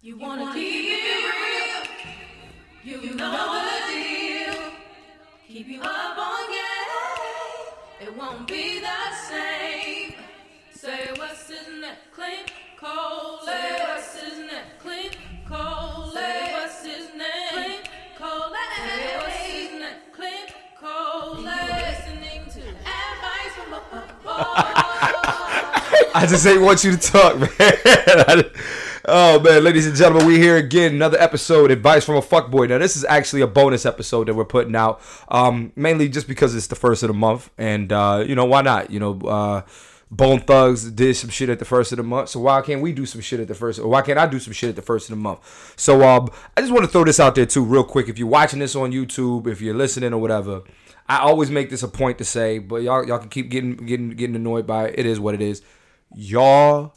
You wanna keep it real. You know the deal. Keep you up on game. It won't be the same. Say what's in that Clint Cole. Say what's in that Clint Cole. Say what's his name? Clint Cole. Say what's his name? Clint Cole. Listening to advice from a boy. I just ain't want you to talk, man. I- oh man, ladies and gentlemen, we here again. Another episode, advice from a fuckboy. Now this is actually a bonus episode that we're putting out, um, mainly just because it's the first of the month, and uh, you know why not? You know, uh, Bone Thugs did some shit at the first of the month, so why can't we do some shit at the first? Or why can't I do some shit at the first of the month? So um, I just want to throw this out there too, real quick. If you're watching this on YouTube, if you're listening or whatever. I always make this a point to say, but y'all y'all can keep getting getting getting annoyed by it. It is what it is. Y'all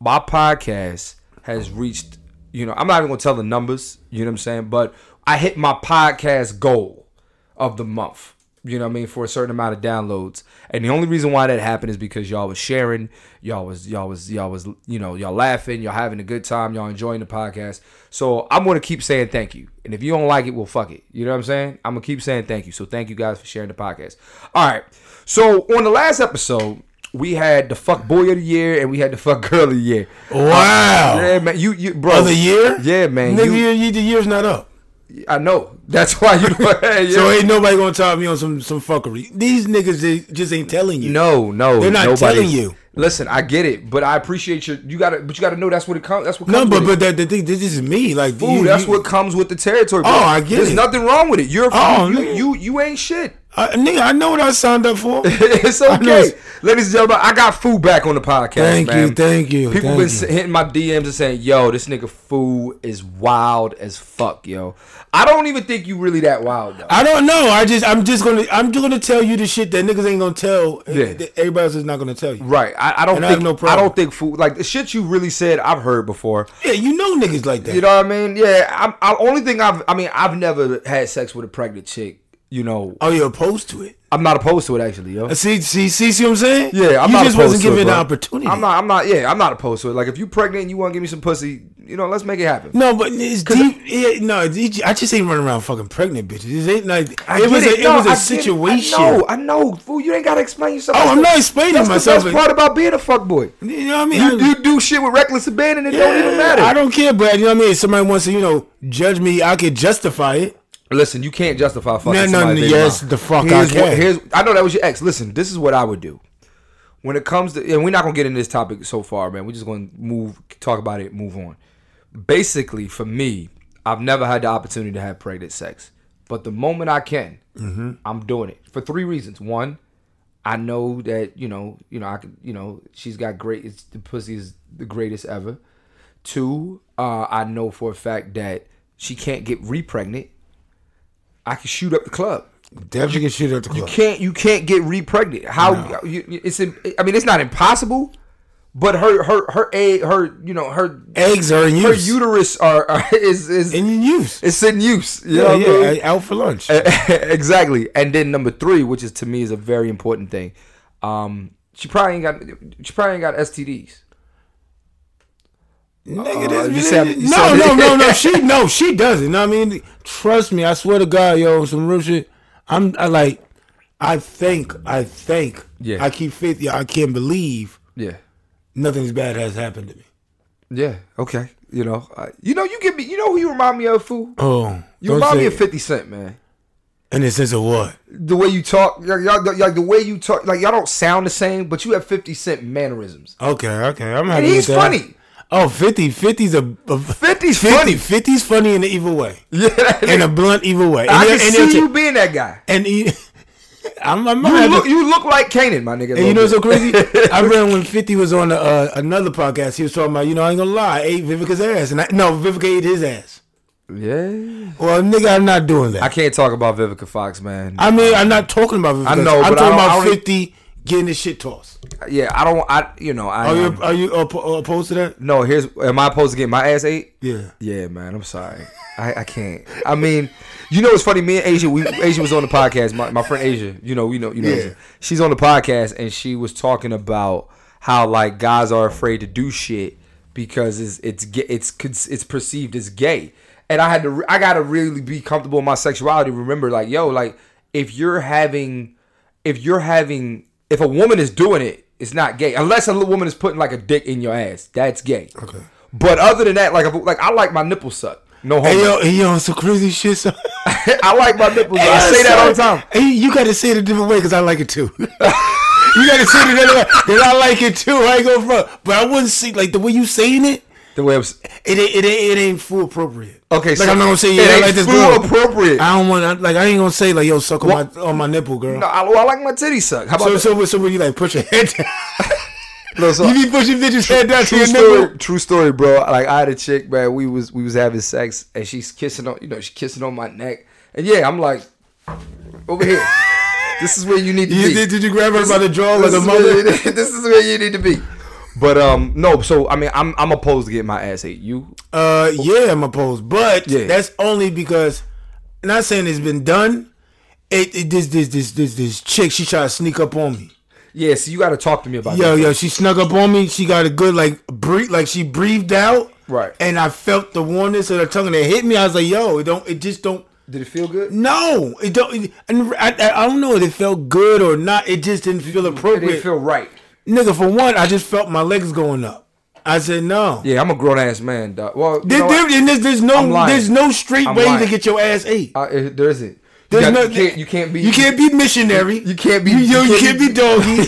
my podcast has reached, you know, I'm not even gonna tell the numbers, you know what I'm saying? But I hit my podcast goal of the month, you know what I mean, for a certain amount of downloads. And the only reason why that happened is because y'all was sharing, y'all was y'all was y'all was you know, y'all laughing, y'all having a good time, y'all enjoying the podcast. So I'm gonna keep saying thank you. And if you don't like it, well fuck it. You know what I'm saying? I'm gonna keep saying thank you. So thank you guys for sharing the podcast. All right. So on the last episode, we had the fuck boy of the year and we had the fuck girl of the year. Wow. Yeah, man. You, you, bro. Of the year? Yeah, man. Nigga, you- your, your year's not up. I know. That's why you. yeah. So ain't nobody gonna top me on some some fuckery. These niggas they just ain't telling you. no, no. They're not nobody's- telling you. Listen, I get it, but I appreciate your. You gotta, but you gotta know that's what it comes. That's what No, comes. but with but that the thing this is me. Like it. Ooh, you- that's you- what comes with the territory. Bro. Oh, I get There's it. nothing wrong with it. You're Oh, you, no. you you ain't shit. I, nigga. I know what I signed up for. it's I know okay, it's- ladies and gentlemen. I got food back on the podcast. Thank you, man. thank you, People thank been you. s- hitting my DMs and saying, "Yo, this nigga food is wild as fuck, yo." I don't even think you really that wild though. I don't know. I just I'm just gonna I'm just gonna tell you the shit that niggas ain't gonna tell. eh, Yeah. that Everybody else is not gonna tell you. Right. I, I don't And I think have no I problem. don't think food like the shit you really said I've heard before. Yeah, you know niggas like that. You know what I mean? Yeah. I'm I only thing I've I mean, I've never had sex with a pregnant chick, you know. oh, you're opposed to it. I'm not opposed to it actually, yo. See, see, see, see what I'm saying? Yeah, I'm you not just opposed wasn't to it, given the bro. opportunity. I'm not I'm not yeah, I'm not opposed to it. Like if you pregnant and you wanna give me some pussy, you know, let's make it happen. No, but it's deep. yeah, no, it- I just ain't running around fucking pregnant bitches. It ain't like I it get was a, it No, was a I get situation. I know, I know. Fool, you ain't gotta explain yourself. Oh, That's I'm the- not explaining that's myself. The best part about being a fuckboy. You know what I mean? You, I- you do shit with reckless abandon, it don't even Yeah, matter. I don't care, but you know what I mean. If somebody wants to, you know, judge me, I can justify it. Listen, you can't justify fucking No, no, somebody's no, baby yes, mama. the fuck I here's What, can. here's, I know that was your ex. Listen, this is what I would do. When it comes to, and we're not gonna get into this topic so far, man. We're just gonna move, talk about it, move on. Basically, for me, I've never had the opportunity to have pregnant sex, but the moment I can, Mm-hmm. I'm doing it for three reasons. One, I know that you know, you know, I could, you know, she's got great. It's, the pussy is the greatest ever. Two, uh, I know for a fact that she can't get re-pregnant. I can shoot up the club. Definitely can shoot at the You club. can't. You can't get re-pregnant. How? You, you- it's. im- I mean, it's not impossible, but her her her egg her you know her Eggs are in her use. uterus are, are is is in use. it's in use. You know Yeah, what I mean? yeah, out for lunch. Eh, exactly. And then number three, which is to me is a very important thing. Um, she probably ain't got. She probably ain't got STDs. Nigga, Uh, this, you this- sound- you no, sound- no, no, no. She no, she doesn't. I mean, trust me. I swear to God, yo, some real shit. I'm I like, I think, I think. Yeah. I keep faith. Yeah, I can't believe Yeah. nothing as bad has happened to me. Yeah. Okay. You know. Uh, you know. You give me. You know who you remind me of, fool. Oh, You remind me of Fifty Cent, man. In the sense of what? The way you talk, y'all, y'all, y'all- the way you talk, like y'all don't sound the same, but you have Fifty Cent mannerisms. Okay, okay. I'm happy. And he's with that. funny. Oh, 50. 50's a, a 50's 50, funny. 50's funny in an evil way, Yeah. in a blunt evil way. I And can he'll- and see he'll you ta- being that guy. And he, I'm, I'm You happy. look, you look like Kanan, my nigga. a And you little know what's so bit. crazy? I read when 50 was on uh, another podcast, he was talking about, you know, I ain't gonna lie, I ate Vivica's ass. And I, no, Vivica ate his ass. Yeah. Well, nigga, I'm not doing I that. can't talk about Vivica Fox, man. I, mean, I'm not talking about Vivica. I know, but I I'm talking don't- I about don't- 50 getting his shit tossed. yeah, I don't. I you know. I Are um, you, are you op- opposed to that? No, here's am I supposed to get my ass ate? Yeah. Yeah, man, I'm sorry. I, I can't. I mean, you know, it's funny. Me and Asia, we Asia was on the podcast. My, my friend Asia, you know, you know, you know, Yeah. Asia. she's on the podcast and she was talking about how like guys are afraid to do shit because it's it's ga- it's cons- it's perceived as gay. And I had to re- I got to really be comfortable in my sexuality. Remember like, yo, like if you're having if you're having if a woman is doing it, it's not gay. Unless a little woman is putting like a dick in your ass, that's gay. Okay. But other than that, like if- like I like my nipple sucked. No homo. Hey yo, hey yo, some crazy shit. son. I like my nipples. I say that all the time. Hey, you gotta say it a different way because I like it too. you gotta say it another way because I like it too. I ain't gonna front, but I wouldn't see like the way you saying it. The way I was. It ain't, it ain't, it ain't fool appropriate. Okay, like so I'm not gonna say it yeah, I ain't like this fool girl. appropriate. I don't want like I ain't gonna say like yo suck on What? my on my nipple, girl. No, I, well, I like my titty suck. How about so that? so so when you like put your head down, No, so- you be pushing bitches head down to true your story, nipple. true story, bro. Like I had a chick, man. We was we was having sex, and she's kissing on, you know, she's kissing on my neck, and yeah, I'm like, over here. this is where you need to You, be. did, did you grab her by the jaw like this, a is where you mother? need- this is where you need to be. But um, no. So I mean, I'm I'm opposed to getting my ass ate. You? Uh, yeah, I'm opposed, but Yeah. that's only because not saying it's been done. It, it this this this this this chick she tried to sneak up on me. Yeah. So you got to talk to me about Yo this. yo, she snuck up on me. She got a good like breathe like she breathed out. Right. And I felt the warmness of her tongue and it hit me. I was like, yo, it don't it just don't Did it feel good? no, it don't. It, and I, I, I don't know if it felt good or not. It just didn't feel It didn't appropriate. feel right. Nigga, for one, I just felt my legs going up. I said no. Yeah, I'm a grown ass man, dog. Well, you There, know what? there- and there's, there's I'm no lying. there's no straight I'm way to lying. get your ass ate. Uh, it- there isn't. You There's got- no, you, can't, you can't be. you can't be missionary. You can't be. You, yo, you can't be doggy,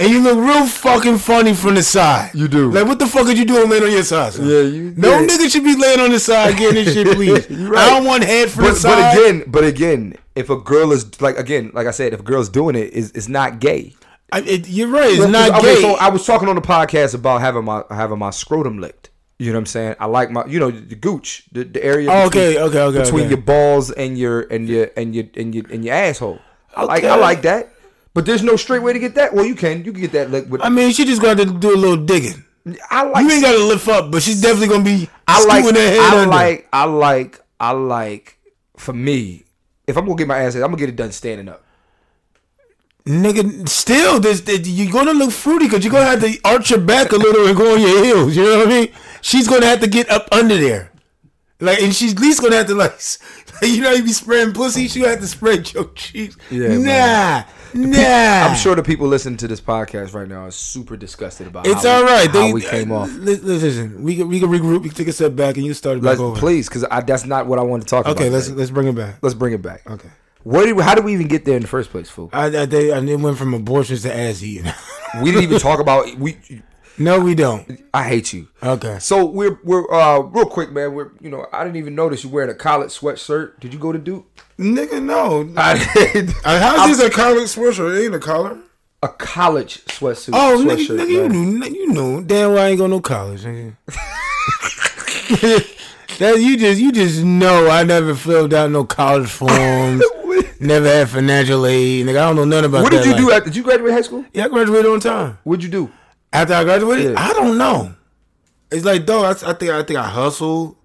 and you look real fucking funny from the side. You do. Like, what the fuck are you doing laying on your side? Son? Yeah, you- No yeah. nigga should be laying on the side getting this shit. Please, You right. I don't want head from the But, side. but again, but again, if a girl is like again, like I said, if a girl's doing it, is it's not gay. I, it, you're right. It's Well, 'cause- not okay, gay. So I was talking on the podcast about having my having my scrotum licked. You know what I'm saying? I like my, you know, the gooch, the, the area. Oh, okay, okay, okay, Between okay. your balls and your and your and your and your and your asshole. I like I Okay. like that. But there's no straight way to get that. Well, you can you can get that lick with. I mean, she just got to do a little digging. I like. You ain't got to lift up, but she's definitely gonna be. I like. scooting her head I under. like. I like. I like. For me, if I'm gonna get my ass, I'm gonna get it done standing up. nigga. Still, this, this- you're gonna look fruity because you're gonna have to arch your back a little and go on your heels. You know what I mean? She's gonna have to get up under there, like, and she's at least gonna have to like, s- like you know, you be spraying pussy. She gonna have to spread your cheeks. Yeah, nah, man. nah. I'm sure the people listening to this podcast right now are super disgusted about. It's how all we- right. How They- we came uh, off. li- Listen, we can we can regroup. We can take a step back and you start it back Let's, over. please, because that's not what I want to talk about. Okay, let's today. let's bring it back. let's bring it back. Okay. Where did, how did we even get there in the first place, fool? I, I, they, and it went from abortions to ass eating. We didn't even talk about we. no, we don't. I hate you. Okay. So we're we're uh real quick, man. We're you know I didn't even notice you wearing a college sweatshirt. Did you go to Duke? Nigga, no. I did. Uh, How's this a collar sweatshirt? It ain't a collar. A college sweatsuit. Oh, nigga, sweatshirt, nigga you man. knew, you knew. Damn, well, I ain't go no college. Nigga. that you just, you just know. I never filled out no college forms. never had financial aid. Nigga, I don't know nothing about What that. did you do? life. After, did you graduate high school? yeah, I graduated on time. What'd you do? After I graduated, Yeah. I don't know. It's like, dog. I, I think, I think I hustled.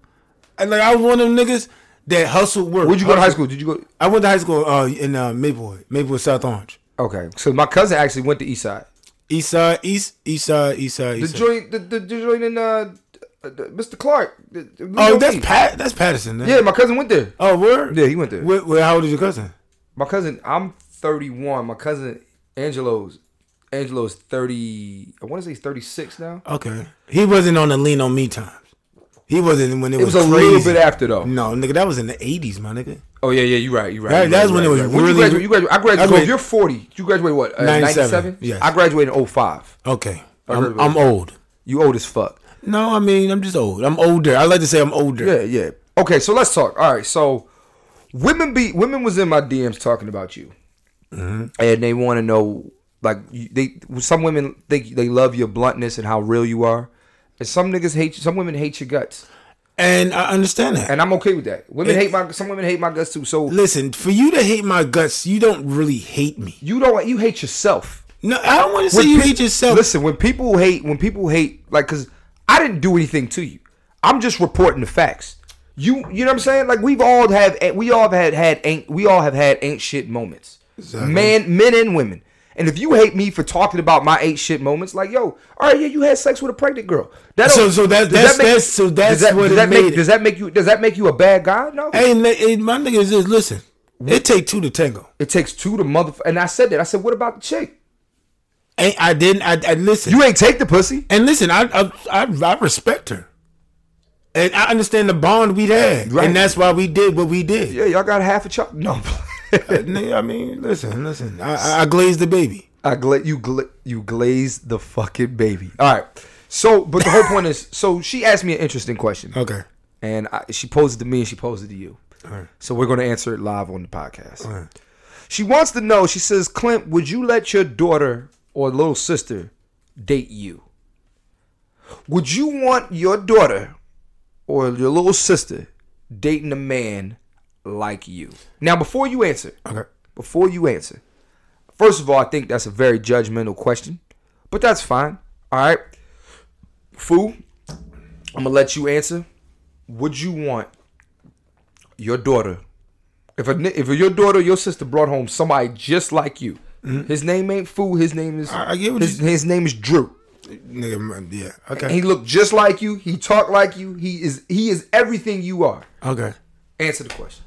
And like, I was one of them niggas that hustled work. Where'd you go to high Hustled. school? Did you go? I went to high school uh, in uh, Maplewood, Maplewood, South Orange. Okay, so my cousin actually went to Eastside. East side, east, east side, east The side, east side. joint, the, the, the joint in uh, uh, Mr. Clark. the- the- Oh, that's Lee. Pat. That's Patterson. Then. Yeah, my cousin went there. Oh, where? Yeah, he went there. Where, where, how old is your cousin? My cousin, I'm 31. My cousin Angelo's, Angelo's 30. I want to say he's 36 now. Okay. He wasn't on the lean on me times. He wasn't when it, It was, was a crazy. little bit after though. No, nigga, that was in the eighties, my nigga. Oh yeah, yeah, you're right. You're right. That- you're that's right, when it right, was right. really- When you graduate, you graduate. I graduated. I so if graduated- you're 40. You graduated what? Uh, 97, 97. yes. I graduated in 05. Okay. heard I'm, about I'm old. You old as fuck. No, I mean I'm just old. I'm older. I like to say I'm older. Yeah, yeah. Okay, so let's talk. All right, so women be women was in my DMs talking about you, and they want to know like you- they some women think they love your bluntness and how real you are, and some niggas hate you. Some women hate your guts, And I understand that. and I'm okay with that. Women It- hate my some women hate my guts too. So Listen, for you to hate my guts, you don't really hate me. you don't you hate yourself. No, I don't want to say When you pe- hate yourself. Listen, when people hate, when people hate, like, cause I didn't do anything to you. I'm just reporting the facts. You, you know what I'm saying? Like we've all have, we all have had had, ain't, we all have had ain't shit moments. Man, men and women, And if you hate me for talking about my eight shit moments, like yo, all right, yeah, you had sex with a pregnant girl. That So- don't- so that- does that's- make- that's- so that's does that, what does it that made make it. does that make you does that make you a bad guy? No, Hey, li- hey, my nigga is just listen. It take two to tango. it takes two to mother. And I said that. I said, what about the chick? Ain't I didn't. I, I listen. You ain't take the pussy. and listen. I, I I I respect her, and I understand the bond we had, Right. and that's why we did what we did. Yeah, y'all got half a chop. No, Nigga, I mean, listen, listen. I, I- I glazed the baby. I gla- you gla- you glazed the fucking baby. All right. So, but the whole point is, so she asked me an interesting question, Okay. and I, she posed it to me, and she posed it to you. So we're going to answer it live on the podcast. She wants to know. She says, "Clint, would you let your daughter or little sister date you? Would you want your daughter or your little sister dating a man like you?" Now, before you answer, Okay. before you answer. First of all, I think that's a very judgmental question, but that's fine. All right. Foo, I'm going to let you answer. Would you want your daughter, if, a, ni- if your daughter or your sister brought home somebody just like you, his name ain't Foo, his name is Mm-hmm. I- I get what his, you- his name is Drew. Nigga, man, yeah. And he Okay. looked just like you, he talked like you, he is he is everything you are. Okay. Answer the question.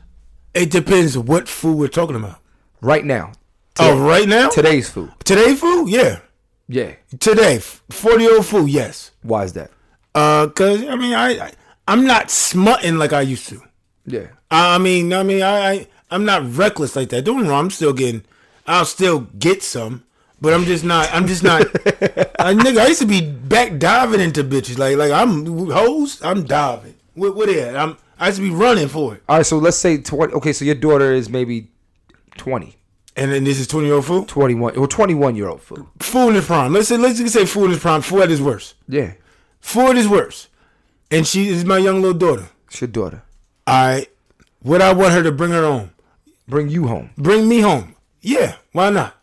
It depends what food we're talking about. Right now. Oh, right now? Today's Foo. Today food? Yeah. Yeah. Today. 40 year old food, yes. Why is that? Uh, cause I mean I, I I'm not smutting like I used to. Yeah. I I mean, I mean, I, I I'm not reckless like that. Don't get me wrong, I'm still getting, I'll still get some, but I'm just not. I'm just not. I, nigga, I used to be back diving into bitches like like I'm hoes. I'm diving. What what is? I'm I used to be running for it. All right, so let's say 20. Okay, so your daughter is maybe 20, And then this is twenty year old fool. 21, or 21 year old fool. Fool in his prime. Let's say let's just say fool in his prime. Fool at his worst. Yeah, Fool at his worst. And she is my young little daughter. it's your daughter. I would I want her to bring her home? Bring you home. Bring me home? Yeah. Why not?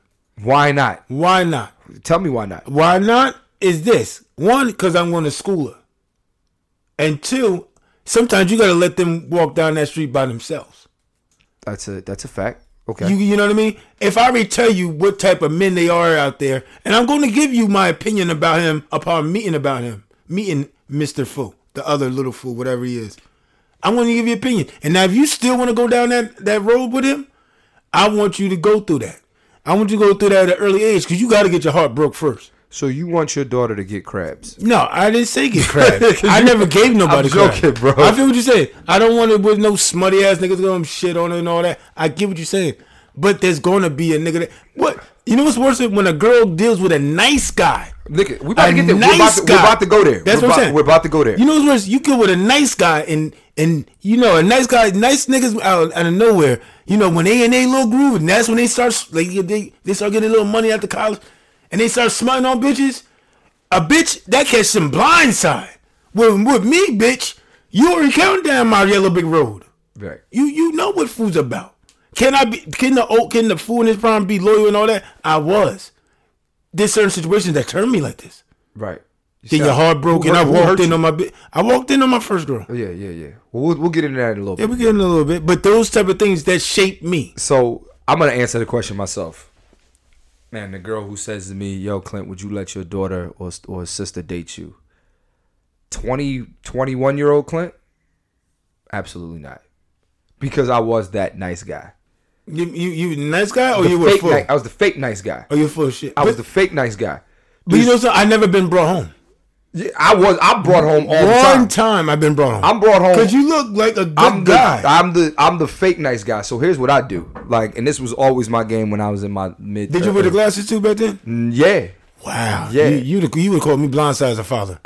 Why not? Why not? Tell me why not. Why not? Is this one because I'm going to school her, and two, sometimes you got to let them walk down that street by themselves. That's a that's a fact. Okay. You you know what I mean? If I already tell you what type of men they are out there, and I'm going to give you my opinion about him upon meeting about him, meeting Mister Fool, the other little fool, whatever he is. I'm going to give you opinion, and now if you still want to go down that that road with him, I want you to go through that. I want you to go through that at an early age because you got to get your heart broke first. so you want your daughter to get crabs. No, I didn't say get crab. I never gave nobody I'm crab. joking, bro. I feel what you're saying. I don't want it with no smutty ass niggas going shit on it and all that. I get what you're saying. But there's gonna be a nigga that what you know what's worse than when a girl deals with a nice guy. Nigga, we about a to get there. we're, about nice to, we're guy. about to go there. we're That's what I'm about, saying. We're about to go there. You know what's worse? You get with a nice guy and and you know a nice guy, nice niggas out, out of nowhere. You know when they in their little groove, and that's when they start s- like they they start getting a little money after college, and they start smutting on bitches. A bitch that catch some blind side. With with me, bitch, you already counting down my yellow big road. right. You you know what food's about. Can I be? Can the old? Can the fool in his prime be loyal and all that? I was. There's certain situations that turn me like this. Right. Then your heart broke, Who and I hurt- who hurt walked in you? Oh, on my. bi- I walked in on my first girl. Yeah, yeah, yeah. Well, we'll, we'll get into that in a little bit. Yeah, we get in a little bit, but those type of things that shape me. So I'm gonna answer the question myself. Man, the girl who says to me, "Yo, Clint, would you let your daughter or or sister date you?" 20, 21 year old Clint, absolutely not, because I was that nice guy. You you, you nice guy or The you were fake full? ni- I was the fake nice guy. or you full of shit? I was but, the fake nice guy. but you know something? I never been brought home. Yeah, I was. I brought home all the time. One time I've been brought home. I'm brought home. because you look like a good I'm the, guy. I'm the I'm the fake nice guy. So here's what I do. Like, and this was always my game when I was in my mid. uh, Did you wear the glasses too back then? Yeah. Wow. Yeah. You you, you would call me blindside as a father.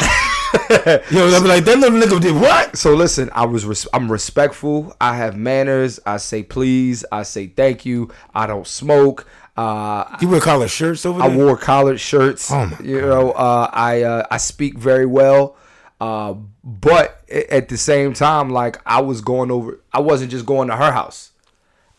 Yo, I'd be like that little nigga did what? so listen, I was res- I'm respectful. I have manners. I say please. I say thank you. I don't smoke. Uh, You would call her shirts over I there. wore collared shirts. Oh my you know, uh, I uh, I speak very well. Uh, but a- at the same time, like I was going over, I wasn't just going to her house.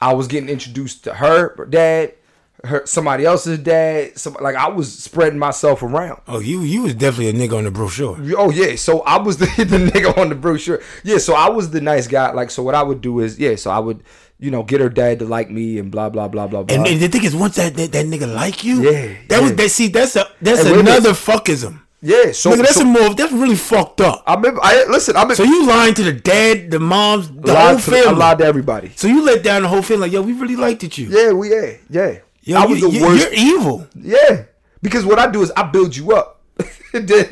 I was getting introduced to her dad, her somebody else's dad. Some like I was spreading myself around. Oh, you you was definitely a nigga on the brochure. Oh yeah, so I was the, the nigga on the brochure. Yeah, so I was the nice guy. Like so, what I would do is yeah, so I would you know get her dad to like me and blah blah blah blah blah. And, and the thing is, once that, that that nigga like you, Yeah, that was yeah. that. See, that's a that's And women- another fuckism. yeah, so, nigga, that's so a move. That's really fucked up. I remember. I listen. I So you lying to the dad, the moms, the whole lied to, I family. lied to everybody. so you let down the whole family. Like, yo, we really liked it, you. Yeah, we yeah yeah. Yo, I was you, the you- worst. You're evil. Yeah, because what I do is I build you up. And then,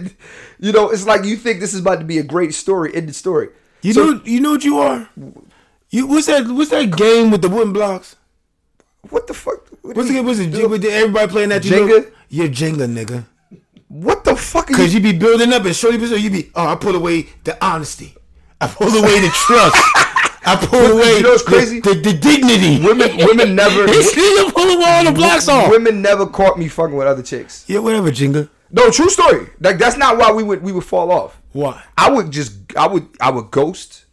you know, it's like you think this is about to be a great story. End the story. You So- know, you know what you are. You what's that? What's that game with the wooden blocks? What the fuck? What, What's do it? you- What's it? do- With the, everybody playing that? You Jenga? know- You're Jenga, nigga. What the fuck? Are Cause you, you be building up and shorty be you be. Oh, I pull away the honesty. I pull away the trust. I pull away. you know what's the- crazy? The, the, dignity. women, women never, This nigga pulling all the blocks off. women never caught me fucking with other chicks. Yeah, whatever, Jenga. No, true story. Like that's not why we would we would fall off. Why? I would just I would I would ghost.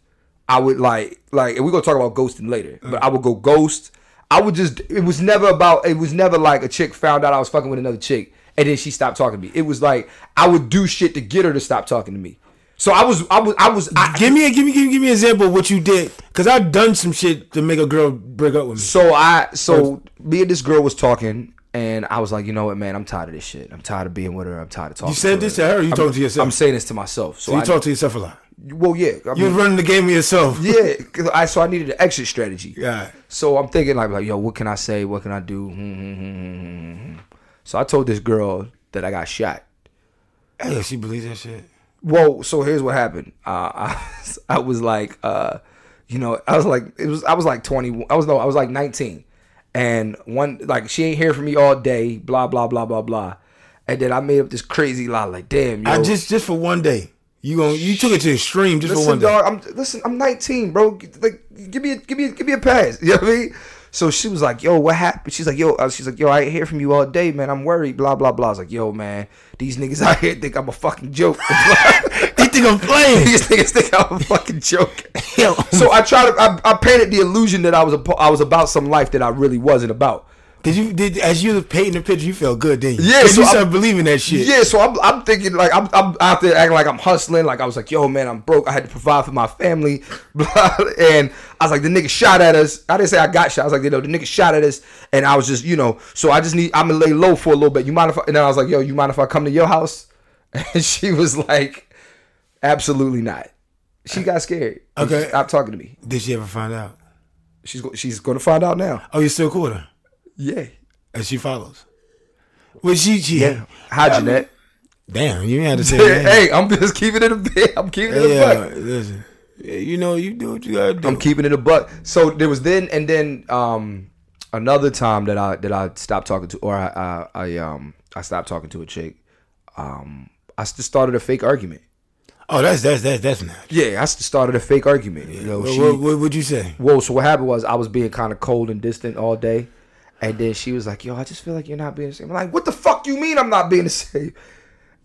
I would like like and we're gonna talk about ghosting later, but I would go ghost. I would just it was never about it was never like a chick found out I was fucking with another chick and then she stopped talking to me. It was like I would do shit to get her to stop talking to me. So I was I was I was I, Give me a give me give me give me an example of what you did. Cause I've done some shit to make a girl break up with me. So I so me and this girl was talking and I was like, you know what, man, I'm tired of this shit. I'm tired of being with her. I'm tired of talking. You said this to her. or You talking to yourself. I'm saying this to myself. So, you I, talk to yourself a lot. well, yeah. I You mean- was running the game with yourself. yeah, 'cause I so I needed an exit strategy. Yeah. So I'm thinking like, like, yo, what can I say? What can I do? Hmm, hmm, hmm, hmm, hmm, hmm, hmm. So I told this girl that I got shot. Hey, she believes that shit. Well, so here's what happened. Uh, I, was, I was like, uh, you know, I was like, it was, I was like 20. I was no, I was like 19, and one like she ain't hear from me all day. Blah blah blah blah blah. And then I made up this crazy lie, like, damn, yo, I just just for one day. You gon' you took it to extreme just for Listen, one day. dog. I'm listen. I'm 19, bro. Like, give me, a, give me, a, give me a pass. You know what I mean? So she was like, "Yo, what happened?" She's like, "Yo," uh, she's like, "Yo, I ain't hear from you all day, man. I'm worried." Blah blah blah. I was like, "Yo, man, these niggas out here think I'm a fucking joke. They think I'm playing. these niggas think I'm a fucking joke." Yo. So I tried to, I, I painted the illusion that I was, a, I was about some life that I really wasn't about. Did you did as you was painting the picture? You felt good, didn't you? Yeah, 'Cause so you I- started believing that shit. Yeah, so I'm, I'm thinking like I'm, I'm out there acting like I'm hustling. Like I was like, yo, man, I'm broke. I had to provide for my family. Blah. And I was like, the nigga shot at us. I didn't say I got shot. I was like, you know, the nigga shot at us. And I was just, you know, so I just need. I'm gonna lay low for a little bit. You mind if? I, and then I was like, yo, you mind if I come to your house? And she was like, absolutely not. She got scared. And she Okay. stopped talking to me. Did she ever find out? She's go- she's gonna find out now. Oh, you still cool with her? Yeah. And she follows. Well, she she Hi, Jeanette. damn. You ain't had to say Hey, that. I'm just keeping it a bit. I'm keeping it a buck. yeah, listen. Yeah, You know, you do what you gotta do. I'm keeping it a buck. So there was then and then um another time that I that I stopped talking to or I I, I um I stopped talking to a chick. Um I just started a fake argument. oh, that's that's that's that's not. Yeah, I just started a fake argument. You know, What, she what, what would you say? Whoa, so what happened was I was being kind of cold and distant all day. And then she was like, Yo, I just feel like you're not being the same. I'm like, What the fuck you mean I'm not being the same?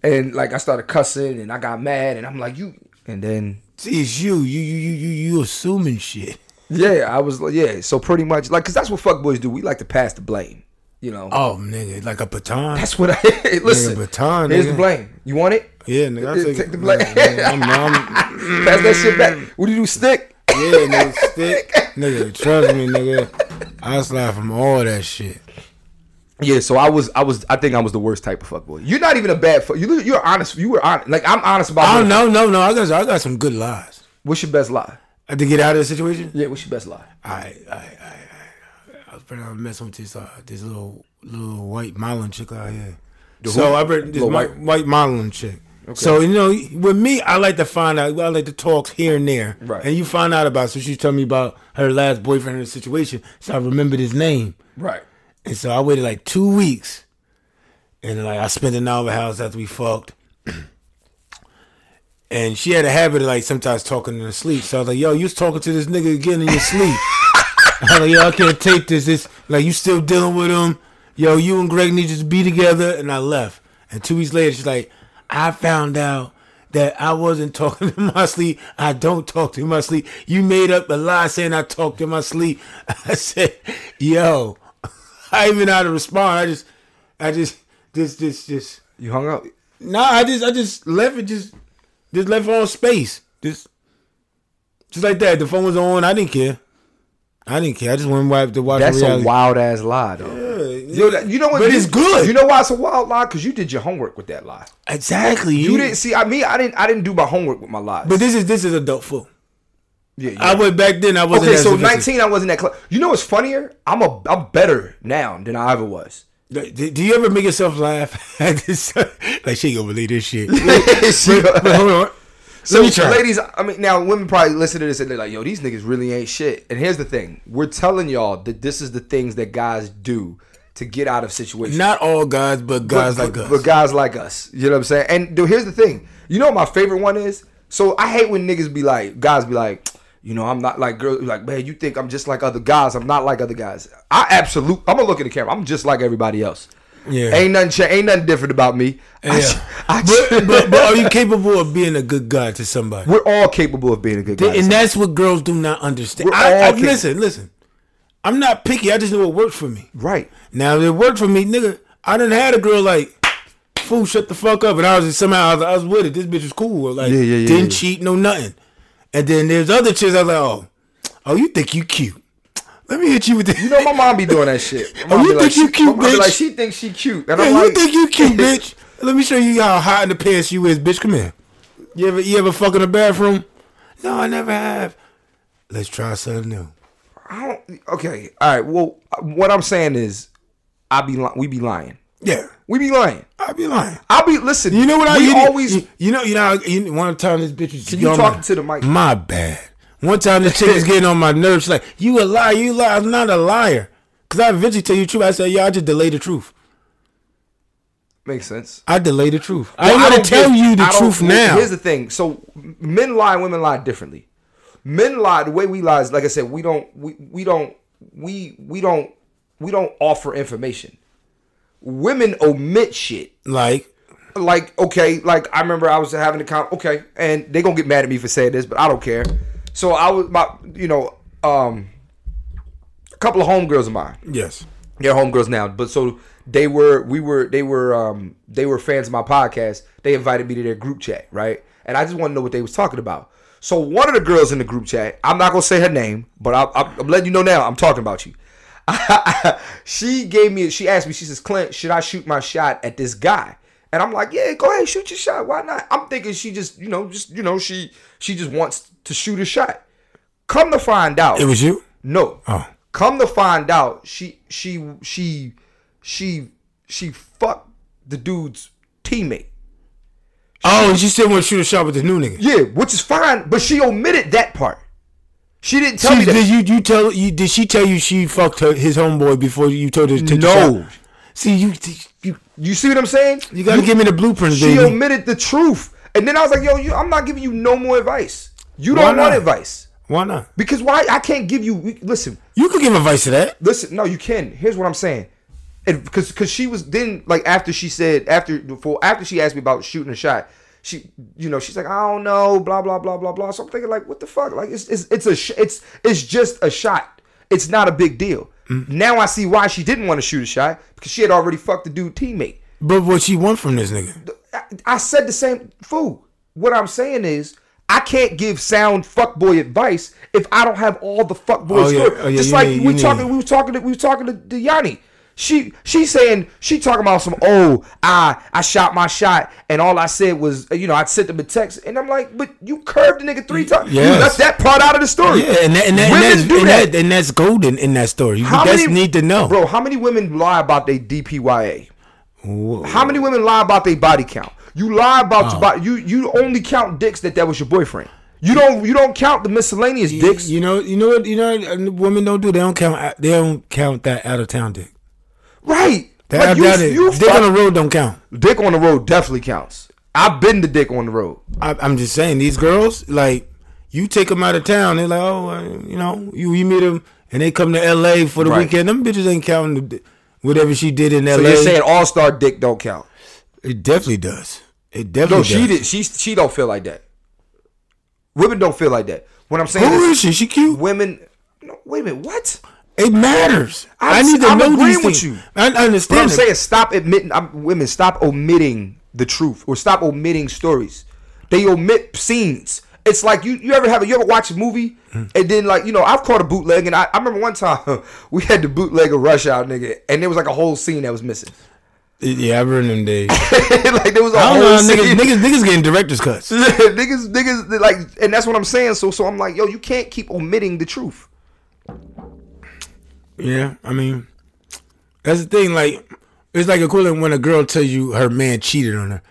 And like I started cussing and I got mad and I'm like, You and then See, it's you. You you you you you assuming shit. Yeah, I was like, yeah. So pretty much, like, cause that's what fuckboys do. We like to pass the blame, you know. Oh, nigga, like a baton. That's what I listen. baton, here's nigga. the blame. You want it? Yeah, nigga. I Th- take, take the blame. nigga, I'm, I'm, Pass that shit back. What do you do? Stick. yeah, nigga, stick, nigga. Trust me, nigga. I slide from all that shit. Yeah. So I was, I was, I think I was the worst type of fuckboy. You're not even a bad fuck. You, you're honest. You were honest. Like I'm honest about. Oh what- no, no, no. I got I got some good lies. What's your best lie? I had to get out of the situation. Yeah. What's your best lie? I I I I was pretty mess with this uh, this little little white modeling chick out here. so I brought this Little white, white- white modeling chick. So you know, with me, I like to find out. I like to talk here and there, Right. and you find out about. So she told me about her last boyfriend and the situation. So I remembered his name, Right. and so I waited like two weeks, and like I spent an hour at the house after we fucked. And she had a habit of like sometimes talking in her sleep. So I was like, "Yo, you was talking to this nigga again in your sleep." I was like, "Yo, I can't take this. This like you still dealing with him. Yo, you and Greg need to just be together." And I left. And two weeks later, she's like, "I found out that I wasn't talking in my sleep. I don't talk to my sleep. You made up a lie saying I talked in my sleep." I said, "Yo, I even know how to respond. I just, I just, just, just, just. You hung up. Nah, I just, I just left it. Just, just left it on space. Just, just like that. The phone was on. I didn't care. I didn't care. I just wanted to watch the watch That's the reality. a wild ass lie, though. Yo, that- you know what? But you- it's good. You know why it's a wild lie? Because you did your homework with that lie. Exactly. You didn't see. I mean, I didn't. I didn't do my homework with my lies. But this is this is adult fool. yeah, yeah. I went back then. I wasn't okay, as so sophisticated. nineteen, I wasn't that close. You know what's funnier? I'm a. I'm better now than I ever was. Do, do you ever make yourself laugh at this? like she ain't gonna believe this shit. But so, hold on. so me try. ladies, I mean, now women probably listen to this and they're like, "Yo, these niggas really ain't shit." And here's the thing: we're telling y'all that this is the things that guys do to get out of situations. Not all guys, but guys but, like us. But guys like us. You know what I'm saying? And dude, here's the thing. You know what my favorite one is? So I hate when niggas be like, guys be like, you know, I'm not like girls like, man, you think I'm just like other guys. I'm not like other guys. I absolute I'm gonna look at the camera. I'm just like everybody else. Yeah. Ain't nothing cha- ain't nothing different about me. I, Yeah. I, but, but, but are you capable of being a good guy to somebody? we're all capable of being a good guy. and that's what girls do not understand. We're all I, I, capable. listen, listen. I'm not picky. I just know what worked for me. right. Now, if it worked for me, nigga, I done had a girl like, fool, shut the fuck up. And I was just, somehow, I was, I was with it. This bitch was cool. Like, Yeah, yeah, yeah, didn't yeah. cheat, no nothing. And then there's other chicks, I was like, oh, oh, you think you cute. Let me hit you with this. You know, my mom be doing that shit. My Oh, mom you be think you she- cute, my mom be bitch. Like she thinks she cute, and I'm Yeah, like, you think you cute, bitch? Let me show you how hot in the pants you is, bitch. Come here. You ever you ever fuck in the bathroom? No, I never have. Let's try something new. I don't. Okay, all right. Well, what I'm saying is, I be li- we be lying. Yeah, We be lying. I'd be lying. I'll be listen. You know what I we you, always you, you know you know how- you, one time this bitch was Can you on talk my- to the mic? My bad. One time this chick was getting on my nerves. She's like you a liar, you lie. I'm not a liar. Cause I eventually tell you the truth. I said, yeah, I just delay the truth. makes sense. I delay the truth. I ain't Well, gonna don't tell give- you the I don't- truth here- now. Here's the thing. So men lie, women lie differently. Men lie the way we lie is like I said. We don't. We we don't. We we don't. We don't offer information. Women omit shit. like, like okay, like I remember I was having a con okay, and they gonna get mad at me for saying this, but I don't care. So I was my you know, um a couple of homegirls of mine. yes. They're homegirls now, but so they were we were they were um they were fans of my podcast. They invited me to their group chat, right? And I just want to know what they was talking about. So one of the girls in the group chat, I'm not gonna say her name, but I, I, I'm letting you know now. I'm talking about you. she gave me. She asked me. She says, "Clint, should I shoot my shot at this guy?" And I'm like, "Yeah, go ahead, shoot your shot. Why not?" I'm thinking she just, you know, just you know, she she just wants to shoot a shot. Come to find out, It was you. no. Oh. Come to find out, she she she she she fucked the dude's teammate. Oh, and she still want to shoot a shot with this new nigga. Yeah, which is fine, but she omitted that part. She didn't tell me She, that. did you you tell you did she tell you she fucked her, his homeboy before you told her to take the No. shot? See you you you see what I'm saying? you gotta give me the blueprints, She baby. omitted the truth, and then I was like, "Yo, you, I'm not giving you no more advice. You Why don't want not? advice Why not? because why? I can't give you. we- Listen, You could give advice to that. listen. No, you can. Here's what I'm saying. Because because she was then like after she said after before after she asked me about shooting a shot, she you know she's like I don't know blah blah blah blah blah. So I'm thinking like what the fuck like it's it's it's a sh- it's it's just a shot. It's not a big deal. Now I see why she didn't want to shoot a shot because she had already fucked the dude teammate. But what she want from this nigga? I, I said the same fool. What I'm saying is, I can't give sound fuckboy advice if I don't have all the fuckboy Oh, yeah. story. Oh, yeah, Just you like need- we you talking, need- we were talking, to, we were talking to, to Yanni. She she saying she talking about some oh I I shot my shot and all I said was you know I sent them a text and I'm like but you curved the nigga three times you Yes. left that part out of the story Yeah, and that, and, that, and Women that's do and that. that. and that's golden in that story. You just need to know. bro how many women lie about their DPYA Whoa. Oh. How many women lie about their body count? You lie about your body. You you only count dicks that that was your boyfriend. You don't you don't count the miscellaneous dicks. You know, you know what? You know, what uh, women don't do. They don't count. out- They don't count that out of town dick. right. Like, That, you, you, that is- you dick on fuck- the road don't count. dick on the road definitely counts. I've been the dick on the road. I, I'm just saying, these girls, like, you take them out of town, they're like, oh, uh, you know, you, you meet them, and they come to L.A. for the Right. weekend. Them bitches ain't counting the, whatever she did in So L.A. you're saying all star dick don't count? it definitely does. It definitely No, does. she did. She she don't feel like that. Women don't feel like that. What I'm saying Who is is she? She cute? women. No, wait a minute. What? It matters. i I'm- need to I'm know agreeing these with things. you. I I But I'm understand. it. saying stop admitting. I'm, women, stop omitting the truth or stop omitting stories. They omit scenes. It's like you you ever have a, you ever watch a movie Mm. and then like you know I've caught a bootleg and I, I remember one time we had the bootleg of Rush Out nigga and there was like a whole scene that was missing. Yeah, I've heard them days. like there was a I don't whole know. how scene. Niggas, niggas, niggas getting director's cuts. niggas, niggas, they like, and that's what I'm saying. So, so I'm like, yo, you can't keep omitting the truth. Yeah, I mean, that's the thing. Like, it's like equivalent when a girl tells you her man cheated on her,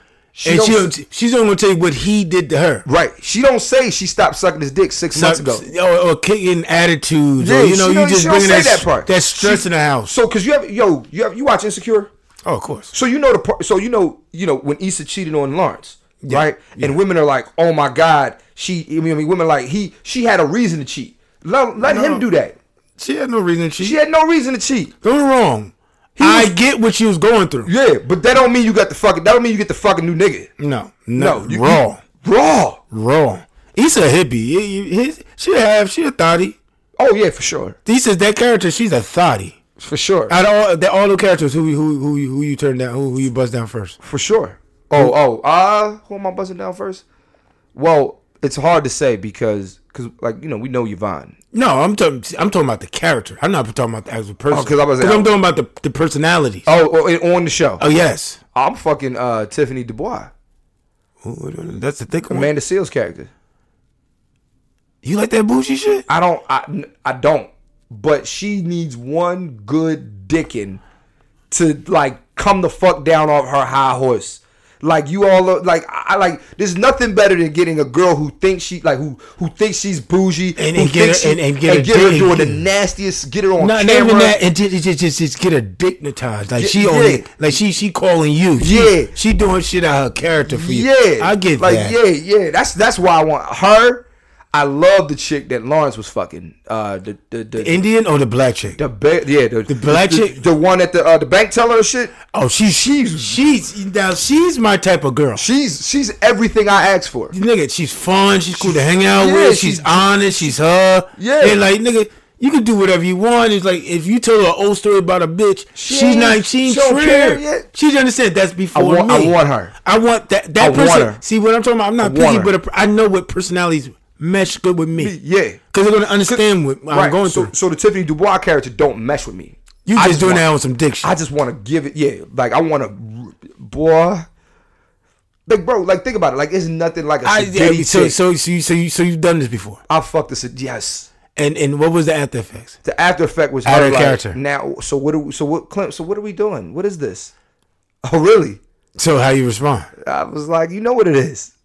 and don't she s- don't, she's only gonna tell you what he did to her. Right? She don't say she stopped sucking his dick six months ago. Or, or kicking attitudes, Yeah, or you know, she you don't- just she don't bringing say that, that s- part. that stress in the house. So, cause you have, yo, you have, you watch Insecure. oh, of course. So you know the part. So you know, you know when Issa cheated on Lawrence, right? And women are like, oh my god, she. I mean, I mean, women are like he, she had a reason to cheat. Let, let him do that. She had no reason to cheat. She had no reason to cheat. Don't get me wrong. I get what she was going through. Yeah, but that don't mean you got the fucking. That don't mean you get the fucking new nigga. no, No, no, you- wrong, Raw. wrong. He's a hippie. He, he, his- she a half. She a thotty. Oh yeah, for sure, This is that character. She's a thotty. for sure. Out of all the all the characters, who who who you- who you turn down? Who who you buzz down first? For sure. Oh, oh, uh, who am I busting down first? Well, it's hard to say because, cause like you know, we know Yvonne. No, I'm talking. I'm talking about the character. I'm not talking about the actual person. Oh, 'cause I was- I'm talking about the the personality. Oh, or, and on the show, Oh yes. I'm fucking uh, Tiffany Dubois, Ooh, that's the thick one. Amanda Seals character. You like that bougie shit? I don't, I, n- I don't. But she needs one good dickin' to like come the fuck down off her high horse. Like you all are- like I I- like there's nothing better than getting a girl who thinks she like who who thinks she's bougie And- who and get thinks her- she- and- and get her her dick- doing the nastiest get her on No, not camera. even that. And just, just, just, just get her dignitized. Like she Yeah, on yeah. it. Like she she calling you. She- Yeah. She doing shit out her character for you. Yeah, I get like, that. Yeah, yeah. That's that's why I want her. I love the chick that Lawrence was fucking. Uh, the the the, Indian or the black chick? the ba- yeah the, the black the, chick? the one at the uh, the bank teller and shit. oh, she's she's she's now she's my type of girl. She's she's everything I asked for. nigga, she's fun. She's cool to hang out Yeah, with. she- She's honest. She's her. Yeah. And like, nigga, you can do whatever you want. It's like if you tell her an old story about a bitch, she's ain't- not. She ain't she don't care triggered. yet. She doesn't understand that's before want- me. I want her. I want that. I That want person. her. See what I'm talking about? I'm not want picky, her. but a per- I know what personalities mesh good with me. Yeah, Because they're gonna understand what I'm going so, through. So the Tiffany Dubois character don't mesh with me. You I just, doing want- that with some dick shit. I just want to give it. Yeah, like I want to, boy. Like bro, like think about it. Like it's nothing like a I- sedity yeah, so, chick. so so you so you so you've done this before. I fucked this. Yes. And and what was the after effects? The after effect was Out her, of like, character. Now, so what? Are we, so what? Clint, so what are we doing? What is this? Oh, really? So how you respond? I was like, you know what it is.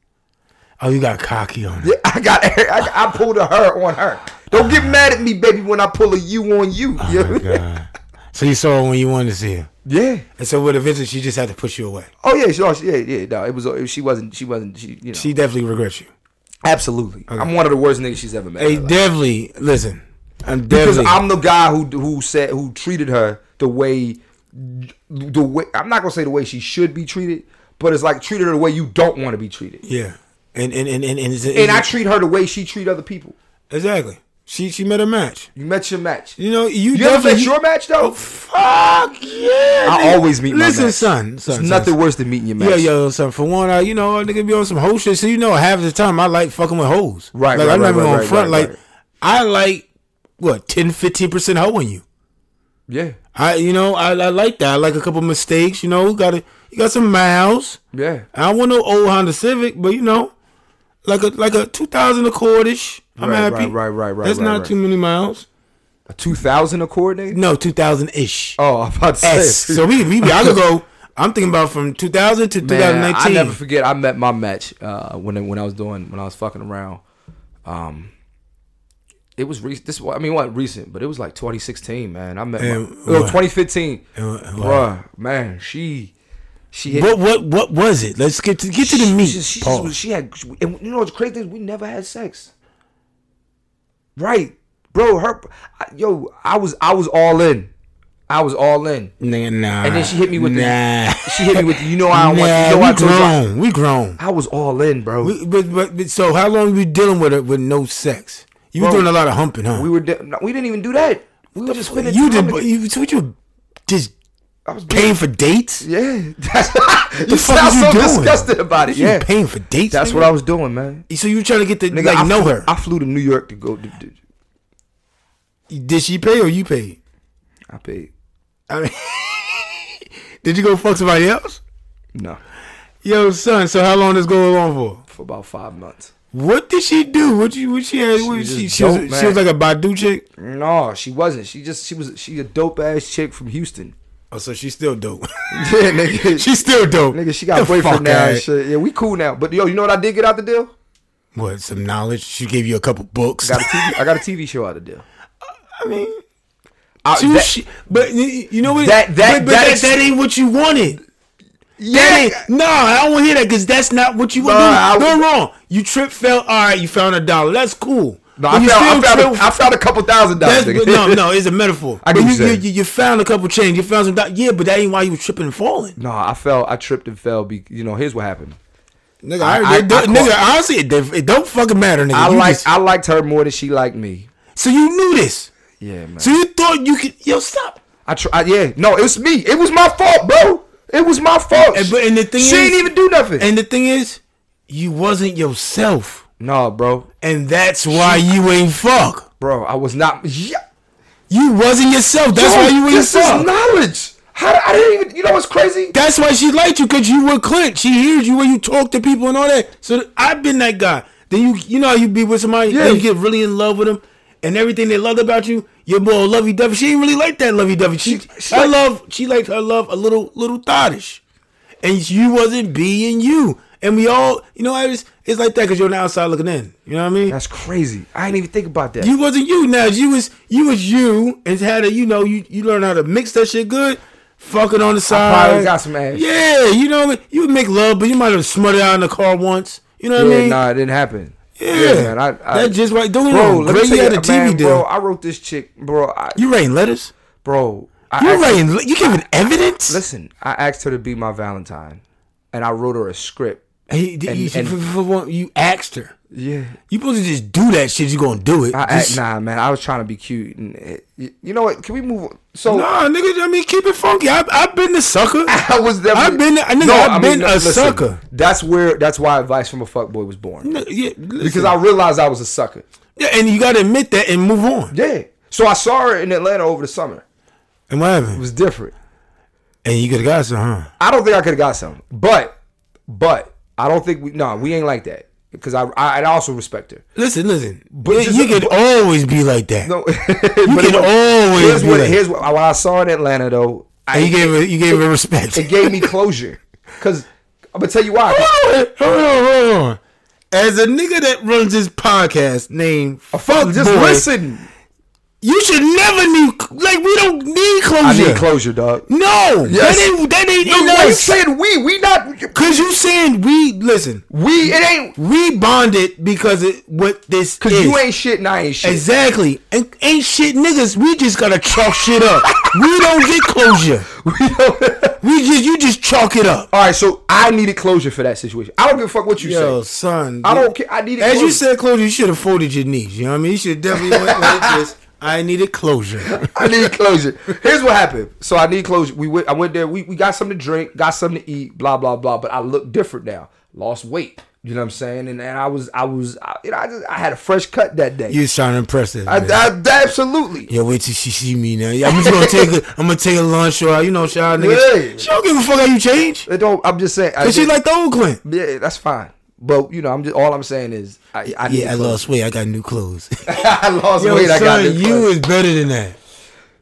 Oh, you got cocky on it. Yeah, I got. I, I pulled a her on her. Don't get mad at me, baby, when I pull a you on you. Oh my God. So you saw her when you wanted to see her. yeah. And so with eventually she just had to push you away. Oh yeah. She, oh, she- yeah. Yeah. No, it was. She wasn't. She wasn't. She. You know. She definitely regrets you. absolutely. I'm one of the worst niggas she's ever met. in Hey, her life. definitely listen. I'm because definitely I'm the guy who who said who treated her the way the way I'm not gonna say the way she should be treated, but it's like treated her the way you don't want to be treated. Yeah. And and and and, and, it's- and I it's- treat her the way she treat other people. Exactly. She she met a match. You met your match. You know, you, You ever definitely met your match though? fuck yeah. I nigga. always meet my Listen, match. son, son. There's son, nothing worse than meeting your match. Yeah, yo, son. For one, I, you know, a nigga be on some hoe shit. So you know, half the time I like fucking with hoes. Right, Like right, I'm right, not even right, on right, front. right, like right. I like what 10, 15 percent hoe on you. yeah, I, you know, I, I like that. I like a couple mistakes. You know, got to you got some miles. yeah. I don't want no old Honda Civic, but you know, like a like a two thousand Accordish. I'm Right, happy. right, right, right, right, That's right, not right. too many miles. A two thousand accord, nigga. No, two thousand ish. Oh, I'm about to say. S. So we we I could go. I'm thinking about from 2000 to Man, 2019. I never forget. I met my match uh, when when I was doing when I was fucking around. Um, it was re- this. wa- I mean, what recent? But it was like 2016, man. I met. My, And no, what? 2015. And what- Bruh, man, she she hit. What what what was it? Let's get to get to the she- meat. She, she, just Paul. was- she had. And you know what's crazy is we never had sex. Right, bro. Her, I- yo, I was I was all in. I was all in. Nigga, nah. And then she hit me with the- nah. She hit me with, you know, I don't want. You nah, know, I we told you I- grown. We grown. I was all in, bro. We, but, but, but so how long you dealing with it with no sex? You were Bro, doing a lot of humping, huh? We were de- no, we didn't even do that. We were just spending You time did, to- but you, so you just I was being- paying for dates? Yeah, that's, you fuck sound was you so doing? disgusted about it. You Yeah, paying for dates? that's what I was doing, man. I. So you were trying to get to Nigga, like I know flew, her? I flew to New York to go. d- d- Did she pay or you paid? I paid. I mean, did you go fuck somebody else? No, Yo, son. So how long this going on for? for about five months. What did she do? What you? What she had? What was she? just She was, dope, she was man. like a Badu chick. No, she wasn't. She just she was she a dope ass chick from Houston. Oh, so she's still dope. Yeah, nigga. she's still dope. Nigga, she got The a boyfriend fuck now and out. shit. Yeah, we cool now. But yo, you know what I did get out the deal? What? Some knowledge? She gave you a couple books. Got a TV, I got a TV show out the deal. I mean, I, two Uh, that- shi- but y- you know what? that- that- but, but that that, ex- that ain't what you wanted. That yeah, ain't- no, I don't want to hear that because that's not what you were Nah, doing. I no, was- wrong. You trip, fell. All right, you found a dollar. That's cool. no, But I you found, I, still found a, tripped- I found a couple thousand dollars. that's- nigga. but no, no, it's a metaphor. I but get what you, you're you, saying. you, you found a couple change. You found some. Do- yeah, but that ain't why you were tripping and falling. No, I fell. I tripped and fell. Be, you know, here's what happened. Nigga, I- I, I- it don't- I nigga, caught- honestly, it, don't- it don't fucking matter, nigga. I You like just- I liked her more than she liked me. so you knew this. Yeah, man. So you thought you could. Yo, stop. I try. Yeah, no, it was me. It was my fault, bro. It was my fault. And- but- and the thing she is- didn't even do nothing. And the thing is, you wasn't yourself, no, bro, and that's why you ain't fuck. bro, I was not. Yeah. You wasn't yourself. That's Yo, why you ain't this fuck. is knowledge. How did- I didn't even. You know what's crazy? That's why she liked you because you were Clint. She hears you when you talk to people and all that. So th- I've been that guy. Then you you know how you be with somebody Yeah. and you get really in love with them and everything they loved about you. You're more lovey dovey. She ain't really like that lovey dovey. She, She- she her like- love she liked her love a little little thottish, and you wasn't being you. And we all you know it's it's like that because you're on the outside looking in. You know what I mean? That's crazy. I didn't even think about that. You wasn't you now. You was you was you and had a you know you you learn how to mix that shit good. Fucking on the side. probably got some ass. Yeah, you know what I mean? You would make love, but you might have smutted out in the car once. You know what yeah, I mean? nah, it didn't happen. yeah, man. I, I, that just right. Don't bro. bro, Let me you tell had you, a TV man, deal. bro. I wrote this chick, bro. I, you writing letters? bro, I You asked- writing? le- You giving evidence? Listen, I asked her to be my Valentine, and I wrote her a script. He- he- and- he- and- for- for one, you asked her. Yeah, You supposed to just do that shit. You gonna do it? I Just- act, nah, man. I was trying to be cute, and it, you you know what? Can we move? on? So Nah, nigga. I mean, keep it funky. I, I've been the sucker. I was definitely. I've been- I- nigga, I've been a sucker. That's where. That's why advice from a fuckboy was born. N- yeah, Because because I realized I was a sucker. yeah, and you gotta admit that and move on. Yeah. So I saw her in Atlanta over the summer. And what happened? It was different. And you could have got some, huh? I don't think I could have got something, but but I don't think we. No, we ain't like that. Because I, I I also respect her. Listen, listen. But But just- you could always be like that. No, you but it was- can always Here's be what. like- Here's what. When I saw her in Atlanta though, I, and you gave it, you gave it respect. it gave me closure. Because I'm gonna tell you why. hold on, hold on. As a nigga that runs this podcast named Fuck Just Boy, listen. you should never need like we don't need closure. I need closure, dog. No, Yes. that ain't that ain't No, in why you us. saying we? We not. Cause you saying we listen, We. It ain't. we bonded because of what this Cause is. you ain't shit and I ain't shit. exactly and ain't shit niggas. We just gotta chalk shit up. we don't get closure. We don't- We just you just chalk it up. All right, so I needed closure for that situation. I don't give a fuck what you Yo, say. son. I you- don't care. I needed As you closure. said, closure, you should have folded your knees. You know what I mean? You should definitely went like this. I needed closure. I need closure. Here's what happened. So I need closure. We went. I went there. We, we got something to drink. Got something to eat. Blah blah blah. But I look different now. Lost weight. You know what I'm saying? And, and I was I was I, you know I, just, I had a fresh cut that day. You was trying to impress this. I, man. I- absolutely. Yo, wait till she see me now. Yeah, I'm just gonna take a, I'm gonna take a lunch or you know, shout nigga. Yeah. She don't give a fuck how you change. It don't. I'm just saying. I Cause she did- like the old Clint. yeah, that's fine. But you know, I'm just all I'm saying is I I need Yeah, I lost weight. I got new clothes. I lost Yo, weight. son, I got this. you is better than that.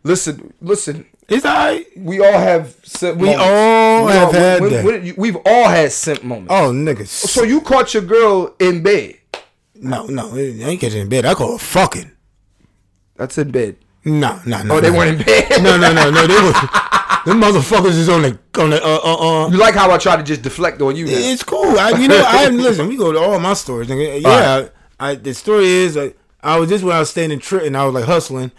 listen, listen. It's alright. We all have simp We moments. all have had we- that. we- we've all had simp moments. Oh, nigga. So you caught your girl in bed. no, no, I ain't catching in bed. I call it fucking. That's in bed. No, no, no. Oh, they no. weren't in bed. No, no, no, no. They were them motherfuckers is on the on the uh uh uh. You like how I try to just deflect on you? Now? It's cool. I, you know, I listen. We go to all my stories. Nigga. Yeah, I, I, the story is I, I was this when I was staying in Trenton. I was like hustling,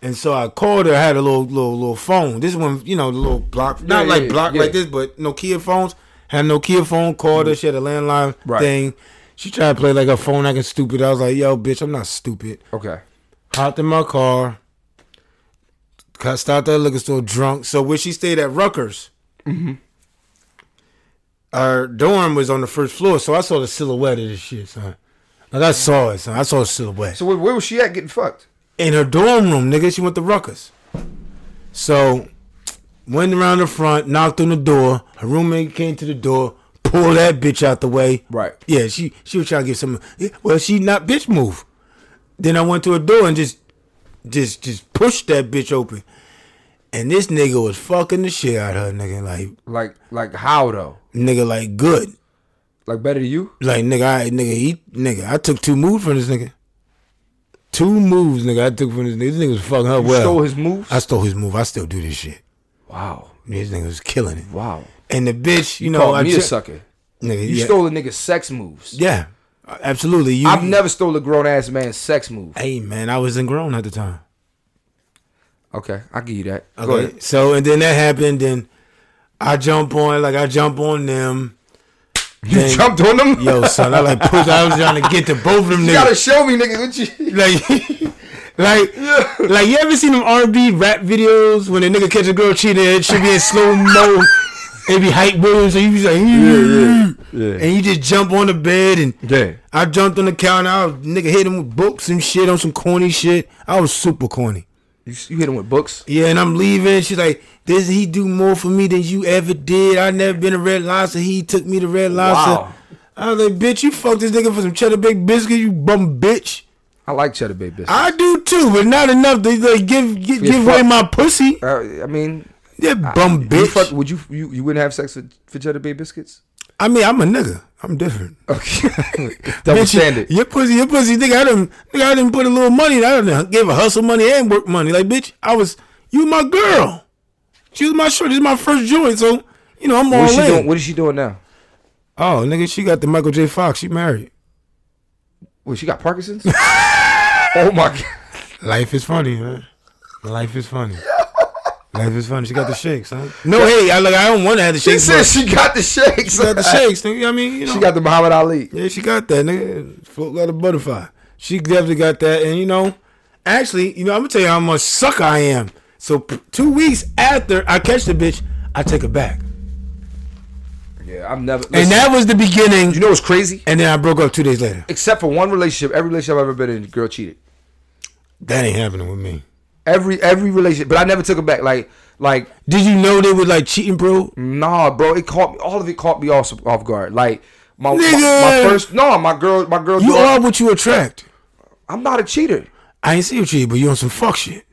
and so I called her. I had a little little little phone. This one, you know, the little block, not yeah, like yeah, block yeah. Mm-hmm. like this, but Nokia phones. Had a Nokia phone. Called her. She had a landline Right. thing. She tried to play like a phone acting stupid. I was like, yo, bitch, I'm not stupid. okay. Hopped in my car. Got stopped at a liquor store drunk. So where she stayed at Rutgers, our dorm was on the first floor. So I saw the silhouette of this shit, son. Like I saw it, son. I saw the silhouette So where, where was she at getting fucked? in her dorm room, nigga. She went to Ruckus. So, went around the front, knocked on the door. Her roommate came to the door, pulled that bitch out the way. Right. Yeah, she she was trying to get some. yeah, Well, she not bitch move. Then I went to her door and just just just pushed that bitch open. And this nigga was fucking the shit out of her, nigga. Like Like like how though? nigga, like good. Like better than you? Like nigga, I nigga, he nigga, I took two moves from this nigga. Two moves, nigga, I took from this nigga. This nigga was fucking her You well. stole his moves. I stole his move. I still do this shit. wow, This nigga was killing it. wow. And the bitch, you, know, Call I me a ju- sucker. Nigga, You yeah, stole a nigga's sex moves. Yeah, absolutely. You, I've never stole a grown ass man's sex move. Hey man, I was ingrown at the time. Okay, I give you that. Go Okay. ahead. So and then that happened. Then I jump on, like I jump on them. You Then- jumped on them. Yo, son, I like push. I was trying to get to both of them you gotta niggas. show me, nigga. What you? like. Like, like you ever seen them R and B rap videos when a nigga catch a girl cheating? It should be in slow mo. It be hype boom, so you be like, yeah. and you just jump on the bed and Yeah. I jumped on the counter. I was nigga hit him with books and shit on some corny shit. I was super corny. You, you hit him with books. Yeah, and I'm leaving. She's like, "This he do more for me than you ever did. I never been a red lobster. He took me to red lobster." Wow. I was like, "Bitch, you fucked this nigga for some cheddar baked biscuit. You bum bitch." I like cheddar bay biscuits. I do too, but not enough to like give give, Yeah, give away fuck. my pussy. Uh, I mean, Yeah, bum you bitch. fuck, would you, you you wouldn't have sex with for cheddar bay biscuits? I mean, I'm a nigga. I'm different. Okay, double Bitch, standard. Your pussy, your pussy. Think I didn't? Think I didn't put a little money? I didn't give a hustle money and work money. Like bitch, I was you my girl. She was my short. This is my first joint, so you know I'm all What is she in. doing? What is she doing now? oh nigga, she got the Michael J. Fox. She married. Wait, she got Parkinson's? oh my god. Life is funny, man. Life is funny. Life is funny. She got the shakes, huh? No, hey, I like I don't want to have the She shakes. said but she got the shakes. she got the shakes. Nigga, I mean, you know, She got the Muhammad Ali. Yeah, she got that, nigga. Float like a butterfly. She definitely got that. And you know, actually, you know, I'm gonna tell you how much sucker I am. So p- two weeks after I catch the bitch, I take her back. Yeah, I've never. and listen, that was the beginning. you know what's crazy? and then I broke up two days later. Except for one relationship, every relationship I've ever been in, the girl cheated. That ain't happening with me. Every every relationship, but I never took it back. Like like Did you know they were like cheating, bro? Nah, bro, it caught me. All of it caught me off off guard. Like my my, Nigga! my first. No, my girl, my girl. You do- are what you attract. I'm not a cheater. I ain't see you cheat, but you on some fuck shit.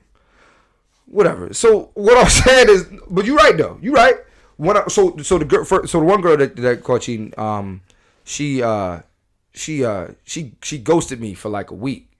Whatever. So what I'm saying is, but you're right though. You're right. What I, so so the girl fir- so the one girl that that caught cheating, um, she uh she uh she she ghosted me for like a week.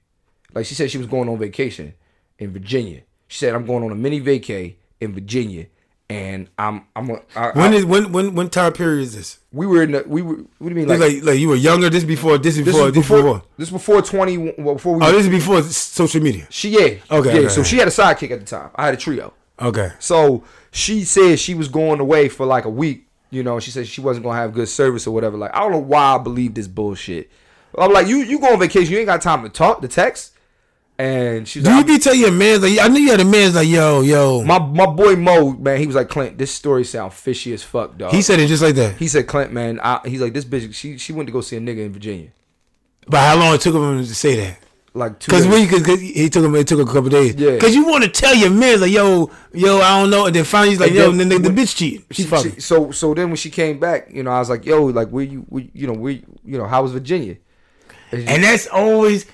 Like she said she was going on vacation in Virginia. She said I'm going on a mini vacay in Virginia, and I'm I'm a, I, I, When is when when when time period is this? we were in the we were what do you mean Like, like you were younger. This before. This This before. was This before. before, this before twenty. Well, before we, Oh, this is before s- social media. she yeah. Okay. Yeah. okay, so okay. she had a sidekick at the time. I had a trio. Okay. So she said she was going away for like a week. You know, she said she wasn't gonna have good service or whatever. Like I don't know why I believe this bullshit. I'm like, you you go on vacation, you ain't got time to talk, to text. And she's Do you like, be telling your man like I knew you had a man's like yo yo? my my boy Mo, man, he was like, Clint, this story sound fishy as fuck, dog. he said it just like that. he said, Clint, man, I, he's like, this bitch, she she went to go see a nigga in Virginia, but how long it took him to say that? like two. Because days. when because he took him, it took a couple days. Yeah. Because you want to tell your man like yo yo I don't know, and then finally he's like And yo then- then, the, the bitch cheating. She, she- fucking. she- so so then when she came back, you know, I was like, yo, like where you, where, you know, where, you you know, how was Virginia? and that's always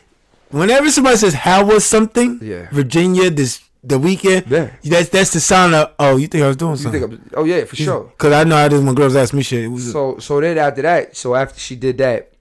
whenever somebody says how was something. Yeah. Virginia this the weekend. Yeah. That's that's the sign of oh you think I was doing You something. think I'm- oh yeah, for sure. Cause I know how this when girls ask me shit. It was So so then after that, so after she did that,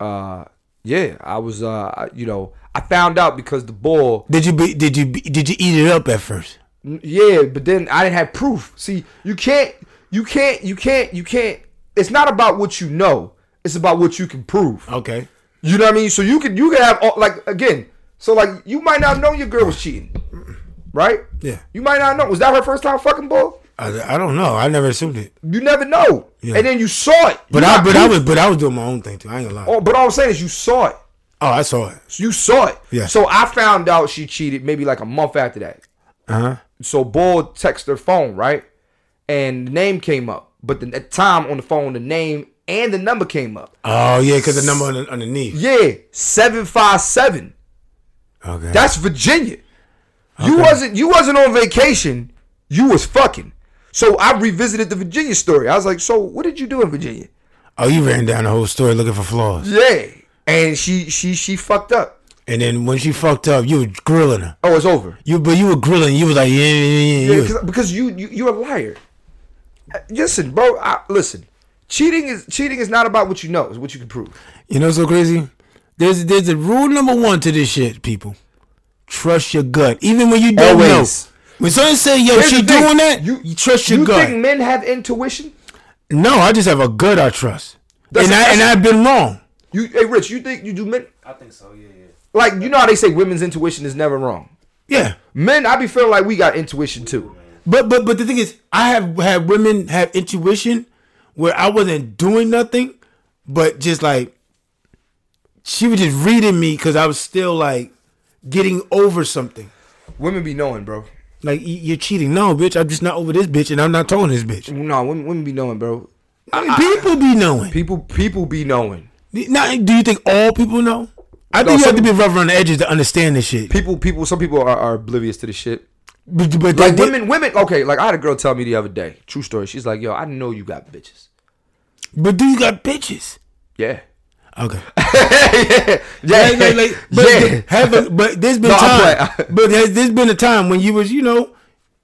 uh, yeah, I was, uh, I- you know, I found out because the ball, did you be, did you be, did you eat it up at first? yeah, but then I didn't have proof. See, you can't, you can't, you can't, you can't. It's not about what you know. It's about what you can prove. Okay. You know what I mean? So you can you can have all, like again. So like you might not know your girl was cheating, right? Yeah. You might not know. Was that her first time fucking bull? I, I don't know. I never assumed it. You never know. Yeah. And then you saw it. But You I got but I proof. was but I was doing my own thing too. I ain't gonna lie. Oh, but all I'm saying is you saw it. Oh, I saw it. You saw it. Yeah. So I found out she cheated maybe like a month after that. Uh huh. So Bull texted her phone, right? And the name came up. But the, at the time on the phone, the name and the number came up. Oh yeah, because the number under, underneath. Yeah, 757. Okay. That's Virginia. You wasn't you wasn't on vacation. You was fucking. So I revisited the Virginia story. I was like, so what did you do in Virginia? oh, you ran down the whole story looking for flaws, Yeah. And she she she fucked up. and then when she fucked up, you were grilling her. Oh, it's over. You but you were grilling. You was like yeah, yeah, yeah. Yeah, yeah. 'cause- because you, you you're a liar. Uh, Listen, bro. I, listen, cheating is cheating is not about what you know; it's what you can prove. You know what's so crazy? There's there's a rule number one to this shit, people. Trust your gut, even when you don't Always. know. When someone say, "Yo, Here's she the thing. doing that," you, trust your you gut. think men have intuition? no, I just have a gut I trust, That's- and I and that's- I've been wrong. You, hey, Rich, you think you do men? I think so. Yeah, yeah. Like you know how they say women's intuition is never wrong. Yeah, Men, I be feeling like we got intuition too. but but but the thing is, I have had women have intuition where I wasn't doing nothing, but just like she was just reading me because I was still like getting over something. Women be knowing, bro. Like y- you're cheating. No, bitch, I'm just not over this bitch, and I'm not talking this bitch. No, women, women be knowing, bro. I mean, people be knowing. People, people be knowing. Now, do you think all people know? I No, think you some- have to be rough around the edges to understand this shit. People, people. Some people are, are oblivious to the shit. But, but Like they- women, women. Okay, like I had a girl tell me the other day. True story. She's like, "Yo, I know you got bitches." but do you got bitches? Yeah. Okay. yeah. Yeah. Like- like- like- but, yeah. have a- but there's been No, I'm time. playing. but has there's been a time when you was, you know,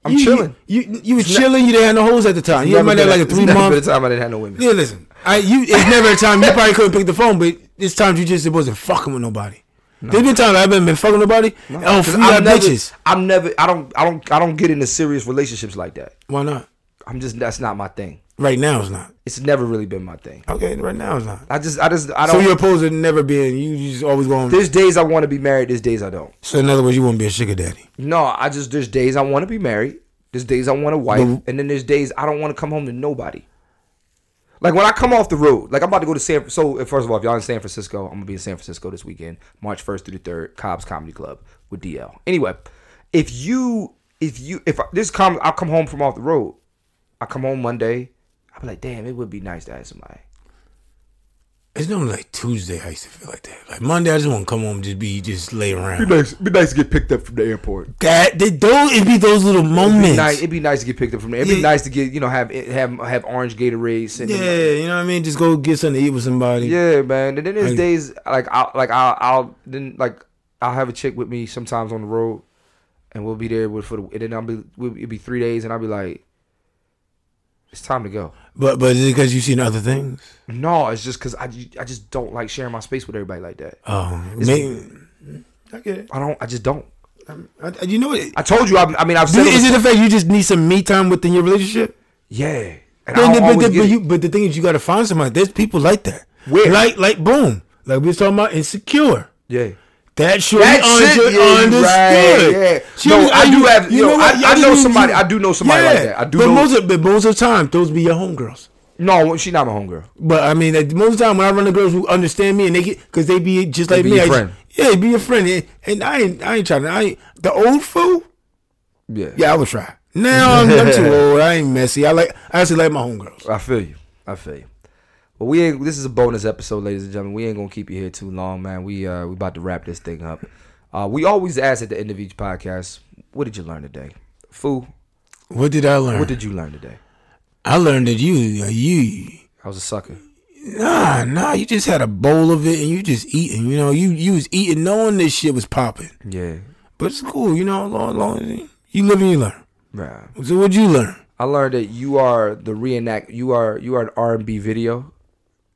I'm you, chilling. You you, you was chilling. You didn't have no holes at the time. You Never might have been like a it's three never been month. a time I didn't have no women. Yeah, listen. I you it's never a time you probably couldn't pick the phone, but it's times you just wasn't fucking with nobody. There's been times I haven't been fucking nobody. Oh, Cause free our never, bitches. I'm never. I don't. I don't. I don't get into serious relationships like that. Why not? I'm just. That's not my thing. Right now it's not. It's never really been my thing. Okay, right now it's not. I just. I just. I So don't. you're opposed to never being. You you just always going. there's days I want to be married. There's days I don't. So in other words, you wouldn't be a sugar daddy. No, I just. There's days I want to be married. There's days I want a wife, and then there's days I don't want to come home to nobody. Like when I come off the road, like I'm about to go to San. So uh, first of all, if y'all in San Francisco, I'm gonna be in San Francisco this weekend, March first through the third, Cobb's Comedy Club with DL. Anyway, if you if you if I, this come, I'll come home from off the road. I come home Monday. I'll be like, damn, it would be nice to have somebody. It's normally like Tuesday. I used to feel like that. Like Monday, I just want to come home, and just be just lay around. nice. Be nice to get picked up from the airport. That they those it be those little Be moments. nice, it'd be nice to get picked up from there. It'd be Yeah. nice to get you know have have have orange Gatorades and yeah, you know what I mean. Just go get something to eat with somebody. Yeah, man. And then there's Like- days like I'll like I'll, I'll then like I'll have a chick with me sometimes on the road, and we'll be there with for the, and then I'll be we'll, it'll be three days, and I'll be like, it's time to go. But but is it because you've seen other things? No, it's just because I ju- I just don't like sharing my space with everybody like that. Oh, maybe. I get it. I don't. I just don't. I, I- you know what? I told you. I, I mean, I've Do- said is it. it the fact you just need some me time within your relationship? Yeah. And I But, don't but, always but, get but, it. you, but the thing is, you got to find somebody. There's people like that. Where? Like like boom, like we was talking about insecure. Yeah. That should That be shit, under- yeah, you right, understood. yeah. She No, was- I do you- have- yo, what? I- Yeah, I you- know you- somebody- I do know somebody like that. I do But know- most of but most of the time, those be your homegirls. No, she not my homegirl. But I mean, at most of the time when I run the girls who understand me and they get because they be just like be me. your I just- friend. yeah, they be your friend. And, and I ain't I ain't trying. to- I ain't, the old fool. Yeah. Yeah, I would try. Now I'm, I'm too old. I ain't messy. I like I actually like my homegirls. I feel you. I feel you. Well, we ain't. This is a bonus episode, ladies and gentlemen. We ain't gonna keep you here too long, man. We uh we about to wrap this thing up. Uh, we always ask at the end of each podcast, "What did you learn today, Foo? What did I learn? What did you learn today? I learned that you uh, you I was a sucker. nah nah you just had a bowl of it and you just eating. You know you you was eating knowing this shit was popping. Yeah, But it's cool, you know. Long, long, you live and you learn. man. So what'd you learn? I learned that you are the reenact. You are you are an R and B video,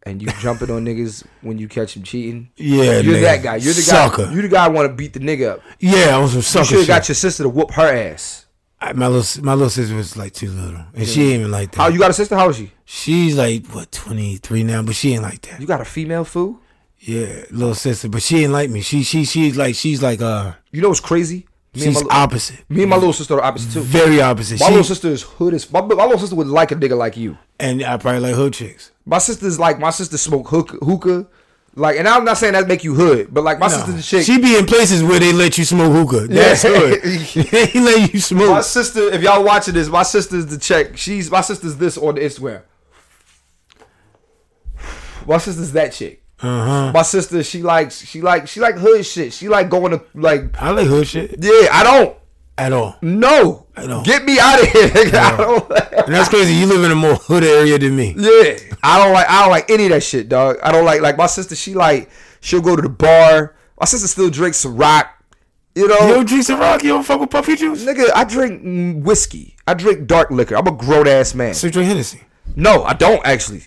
and you jumping on niggas when you catch them cheating. Yeah, You're nigga. that guy. You're the Sucker. guy. You the guy want to beat the nigga up. Yeah, I was some You sucker. should have shit. got your sister to whoop her ass. I- my little my little sister was like too little, and she ain't even like that. How you got a sister? How is she? She's like what twenty three now, but she ain't like that. You got a female Foo? Yeah, little sister, but she ain't like me. She she she's like she's like uh You know what's crazy? Me and she's my li- opposite, Me and my little sister are opposite too. very opposite. My She- little sister is hood as my, my little sister would like a nigga like you. and I probably like hood chicks. My sister's like my sister smoke hook, hookah, Like, and I'm not saying that make you hood, but like my sister's a chick. She be in places where they let you smoke hookah. That's Yeah. good. they let my you smoke. sister, if y'all watching this, my sister's the check. She's my sister's this on the Instagram. My sister's that chick. Uh huh. My sister, she likes she like she like hood shit. She like going to like I like hood shit yeah. I don't at all, and know. don't. Get me out of here. nigga. I don't. that's crazy. You live in a more hood area than me. Yeah, I don't like I don't like any of that shit, dog. I don't like like my sister. She like she'll go to the bar. My sister still drinks rock. You know, You don't drink some rock. You don't fuck with puffy juice. nigga, I drink mm, whiskey. I drink dark liquor. I'm a grown ass man. So you drink Hennessy. No, I don't actually.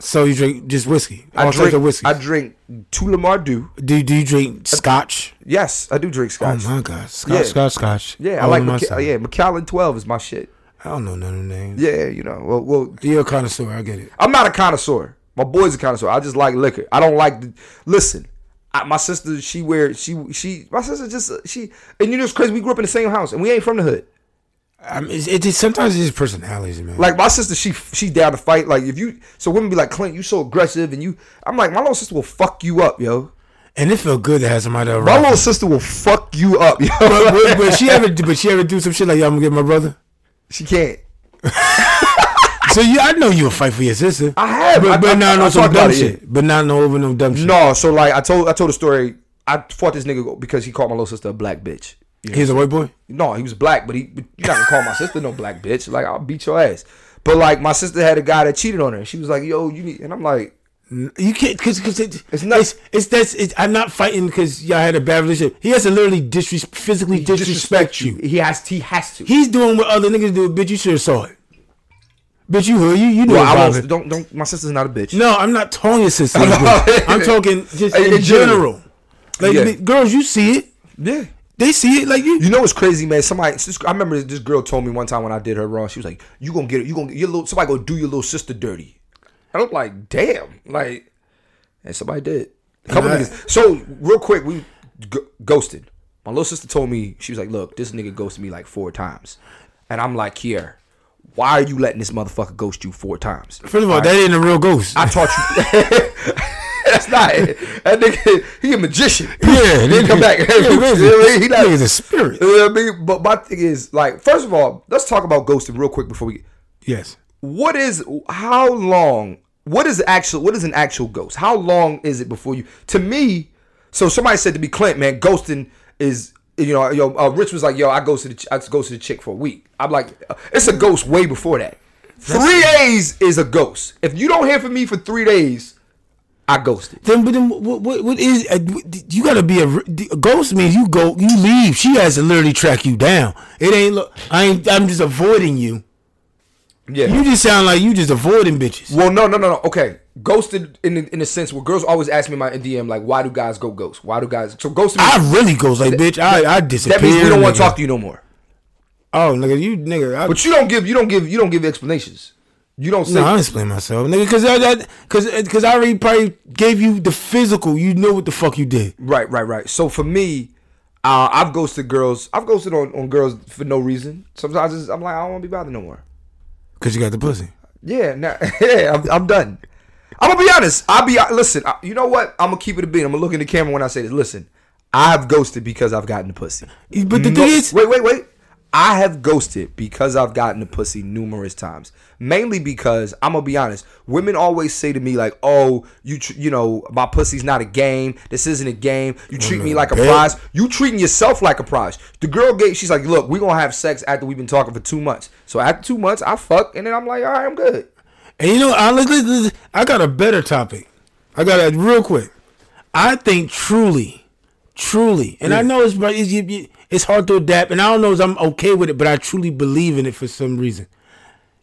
So you drink just whiskey. All I drink types of whiskey. I drink two Lamar Dew. do do you drink scotch? Yes, I do drink Oh scotch. my god, scotch, Yeah. scotch, scotch. yeah, I All like on my Maca- side. yeah Macallan Twelve is my shit. I don't know none of the names. Yeah, you know. Well, well, You're a connoisseur. I get it. I'm not a connoisseur. My boy's a connoisseur. I just like liquor. I don't like. The, listen, I, my sister, she wear she she. My sister just she. And you know it's crazy. We grew up in the same house, and we ain't from the hood. I mean, it's, it's just, sometimes it's just personalities, man. Like my sister, she she down to fight. Like if you, so women be like, Clint, you so aggressive, and you. I'm like, my little sister will fuck you up, yo. and it felt good to have somebody around. My little sister will fuck you up, yo. but, but- but she ever, but she ever do some shit like, "Yo, I'm gonna get my brother." she can't. So you, I know you'll fight for your sister. I have, I- but, but I- I not on talked some about dumb it, yeah. shit. But not no over no dumb shit. No, so like I told I told a story. I fought this nigga because he called my little sister a black bitch. He's a white boy. No, he was black, but he you're not gonna call my sister no black bitch. Like I'll beat your ass. But like my sister had a guy that cheated on her. She was like, "Yo, you need," and I'm like, You can't because because it, It's it's not- not. It's, it's that's. It's, I'm not fighting because y'all had a bad relationship. He has to literally disres- physically disrespect, you. He has he has to. He's doing what other niggas do. Bitch, you should have saw it. Bitch, you heard you. You know well, I about won't, it. don't don't. My sister's not a bitch. No, I'm not talking your sister. I'm talking just In- in, in general. general. Like Yeah. the- girls, you see it. Yeah. They see it. Like you. You know what's crazy, man? Somebody, this, I remember this girl told me one time when I did her wrong. She was like, "You gonna get it? You gonna your little somebody gonna do your little sister dirty?" I was like, "Damn!" Like, and somebody did. A couple Right. niggas. So real quick, we g- ghosted. My little sister told me she was like, "Look, this nigga ghosted me like four times," and I'm like, "Here, why are you letting this motherfucker ghost you four times?" First of all, that ain't a real ghost. I taught you. That's not it. That nigga, he a magician. yeah, He come back. He like- Nigga's a spirit. You know what I mean? But my thing is, like, first of all, let's talk about ghosting real quick before we. Yes. What is how long? What is actual? What is an actual ghost? How long is it before you? To me, so somebody said to me, Clint, man, ghosting is you know, yo, uh, Rich was like, yo, I ghosted, the ch- I ghosted the chick for a week. I'm like, uh, it's a ghost way before that. Three days is a ghost. If you don't hear from me for three days, I ghosted. Then, but then, what, what, what is? Uh, you gotta be a, r- a ghost means you go, you leave. She has to literally track you down. It ain't. Look, I ain't. I'm just avoiding you. Yeah. You just sound like you just avoiding bitches. Well, no, no, no, no. Okay, ghosted in the, in a sense where girls always ask me in my DM like, why do guys go ghost? Why do guys so ghost? means- I really goes like, bitch. I I disappear. that means we don't want nigga. to talk to you no more. Oh, nigga, you nigga. I, But you don't give you don't give you don't give explanations. You don't say. no, I explain myself, nigga, because I that because because I already probably gave you the physical. You know what the fuck you did. Right, right, right. So for me, uh, I've ghosted girls. I've ghosted on, on girls for no reason. Sometimes it's, I'm like, I don't want to be bothered no more. Cause you got the pussy. Yeah, nah, yeah, I'm, I'm done. I'm gonna be honest. I'll be listen. I, you know what? I'm gonna keep it a beat. I'm gonna look in the camera when I say this. Listen, I've ghosted because I've gotten the pussy. But the No, thing is, wait, wait, wait. I have ghosted because I've gotten the pussy numerous times. Mainly because I'm gonna be honest. Women always say to me like, "Oh, you tr- you know my pussy's not a game. This isn't a game. You treat me like a bet. prize. You treating yourself like a prize." The girl gave. She's like, "Look, we gonna have sex after we've been talking for two months. So after two months, I fuck, and then I'm like, all right, I'm good." And you know, I, look, look, look, I got a better topic. I got a real quick. I think truly, truly, and I know it's but it's, you- you- it's hard to adapt, and I don't know if I'm okay with it, but I truly believe in it for some reason.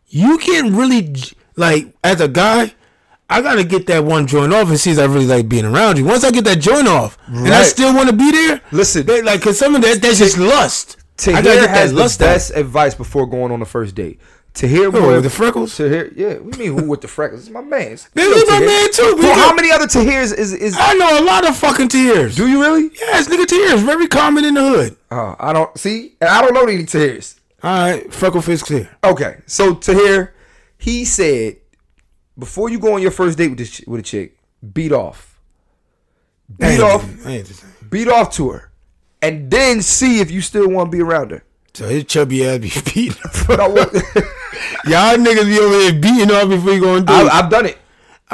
You can really j- like as a guy. I gotta get that one joint off and see if I really like being around you. Once I get that joint off, and I Right. still want to be there, Listen. they, like, cause some of that that's just lust. I gotta Tahir get that has the lust out. best advice before going on the first date. Tahir Who, would- with the freckles? Tahir, yeah. We mean who with the freckles? It's my man. It's- This you know is my Tahir. man too. Well, nigga. how many other Tahirs is is? I know a lot of fucking tears. Do you really? Yes, nigga, tears very common in the hood. Oh, I don't see, and I don't know any Tahirs. All right, freckle face clear. Okay, so Tahir, he said, before you go on your first date with this ch- with a chick, beat off. beat off, Ain't the same. beat off to her, and then see if you still want to be around her. So his chubby ass be beating. But I, wa- Y'all niggas be over there beating off before you going through. I, I, I've done it.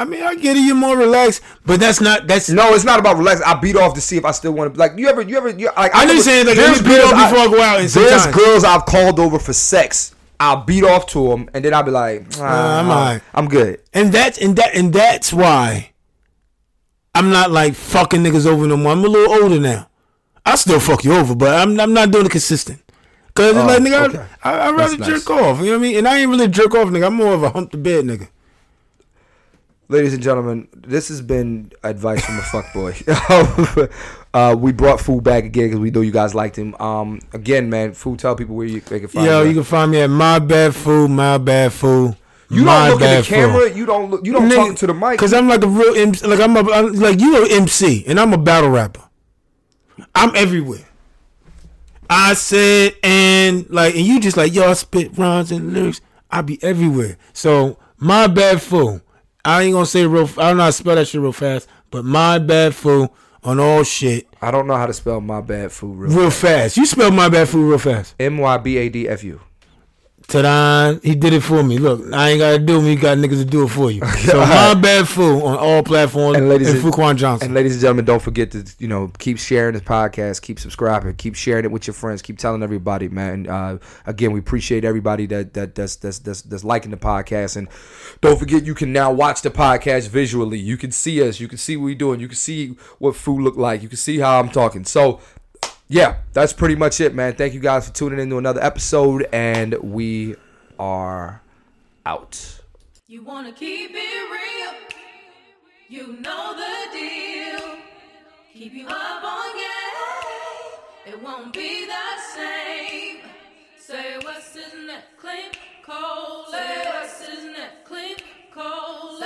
mean, I get it. You're more relaxed, but that's not. That's No, it's not about relax. I beat off to see if I still want to. Like you ever, you ever, you like. I know you're saying, like, let there's me beat girls off before I go out and there's sometimes- girls I've called over for sex. I beat off to them, and then I'll be like, "Ah, I'm alright." I'm good. and that's and that and that's why I'm not like fucking niggas over no more. I'm a little older now. I still fuck you over, but I'm I'm not doing it consistent. Cause it's like nigga, okay. I, I, would rather nice. jerk off. You know what I mean? And I ain't really jerk off, nigga. I'm more of a hump the bed, nigga. Ladies and gentlemen, this has been advice from a fuckboy. uh, we brought food back again because we know you guys liked him. Um, again, man, food. Tell people where you they can find. Yo, you, you can find me at my bad food, my bad food. You my don't look at bad the camera. You don't. Look, you don't talk to the mic. Cause I'm like a real MC. Like I'm, a, I'm like you a MC, and I'm a battle rapper. I'm everywhere. I said and like, and you just like yo, I spit rhymes and lyrics. I be everywhere. So my bad fool. I ain't gonna say it real. I don't know how to spell that shit real fast, but my bad fool on all shit I don't know how to spell my bad food. Real. real fast. You spell my bad food real fast. M y b a d f u. Ta-da! He did it for me. Look, I ain't gotta do it. You got niggas to do it for you. So my bad fool on all platforms. And And, ladies and- Fuquan Johnson. And ladies and gentlemen, don't forget to you know keep sharing this podcast, keep subscribing, keep sharing it with your friends, keep telling everybody, man. Uh, again, we appreciate everybody that that that's, that's that's that's liking the podcast, and don't forget you can now watch the podcast visually. You can see us, you can see what we're doing, you can see what food look like, you can see how I'm talking. So. Yeah, that's pretty much it, man. Thank you guys for tuning in to another episode, and we are out. You wanna keep it real. You know the deal. Keep you up on game. It won't be the same. Say what's in that clean cold. Say what's in that clean cold.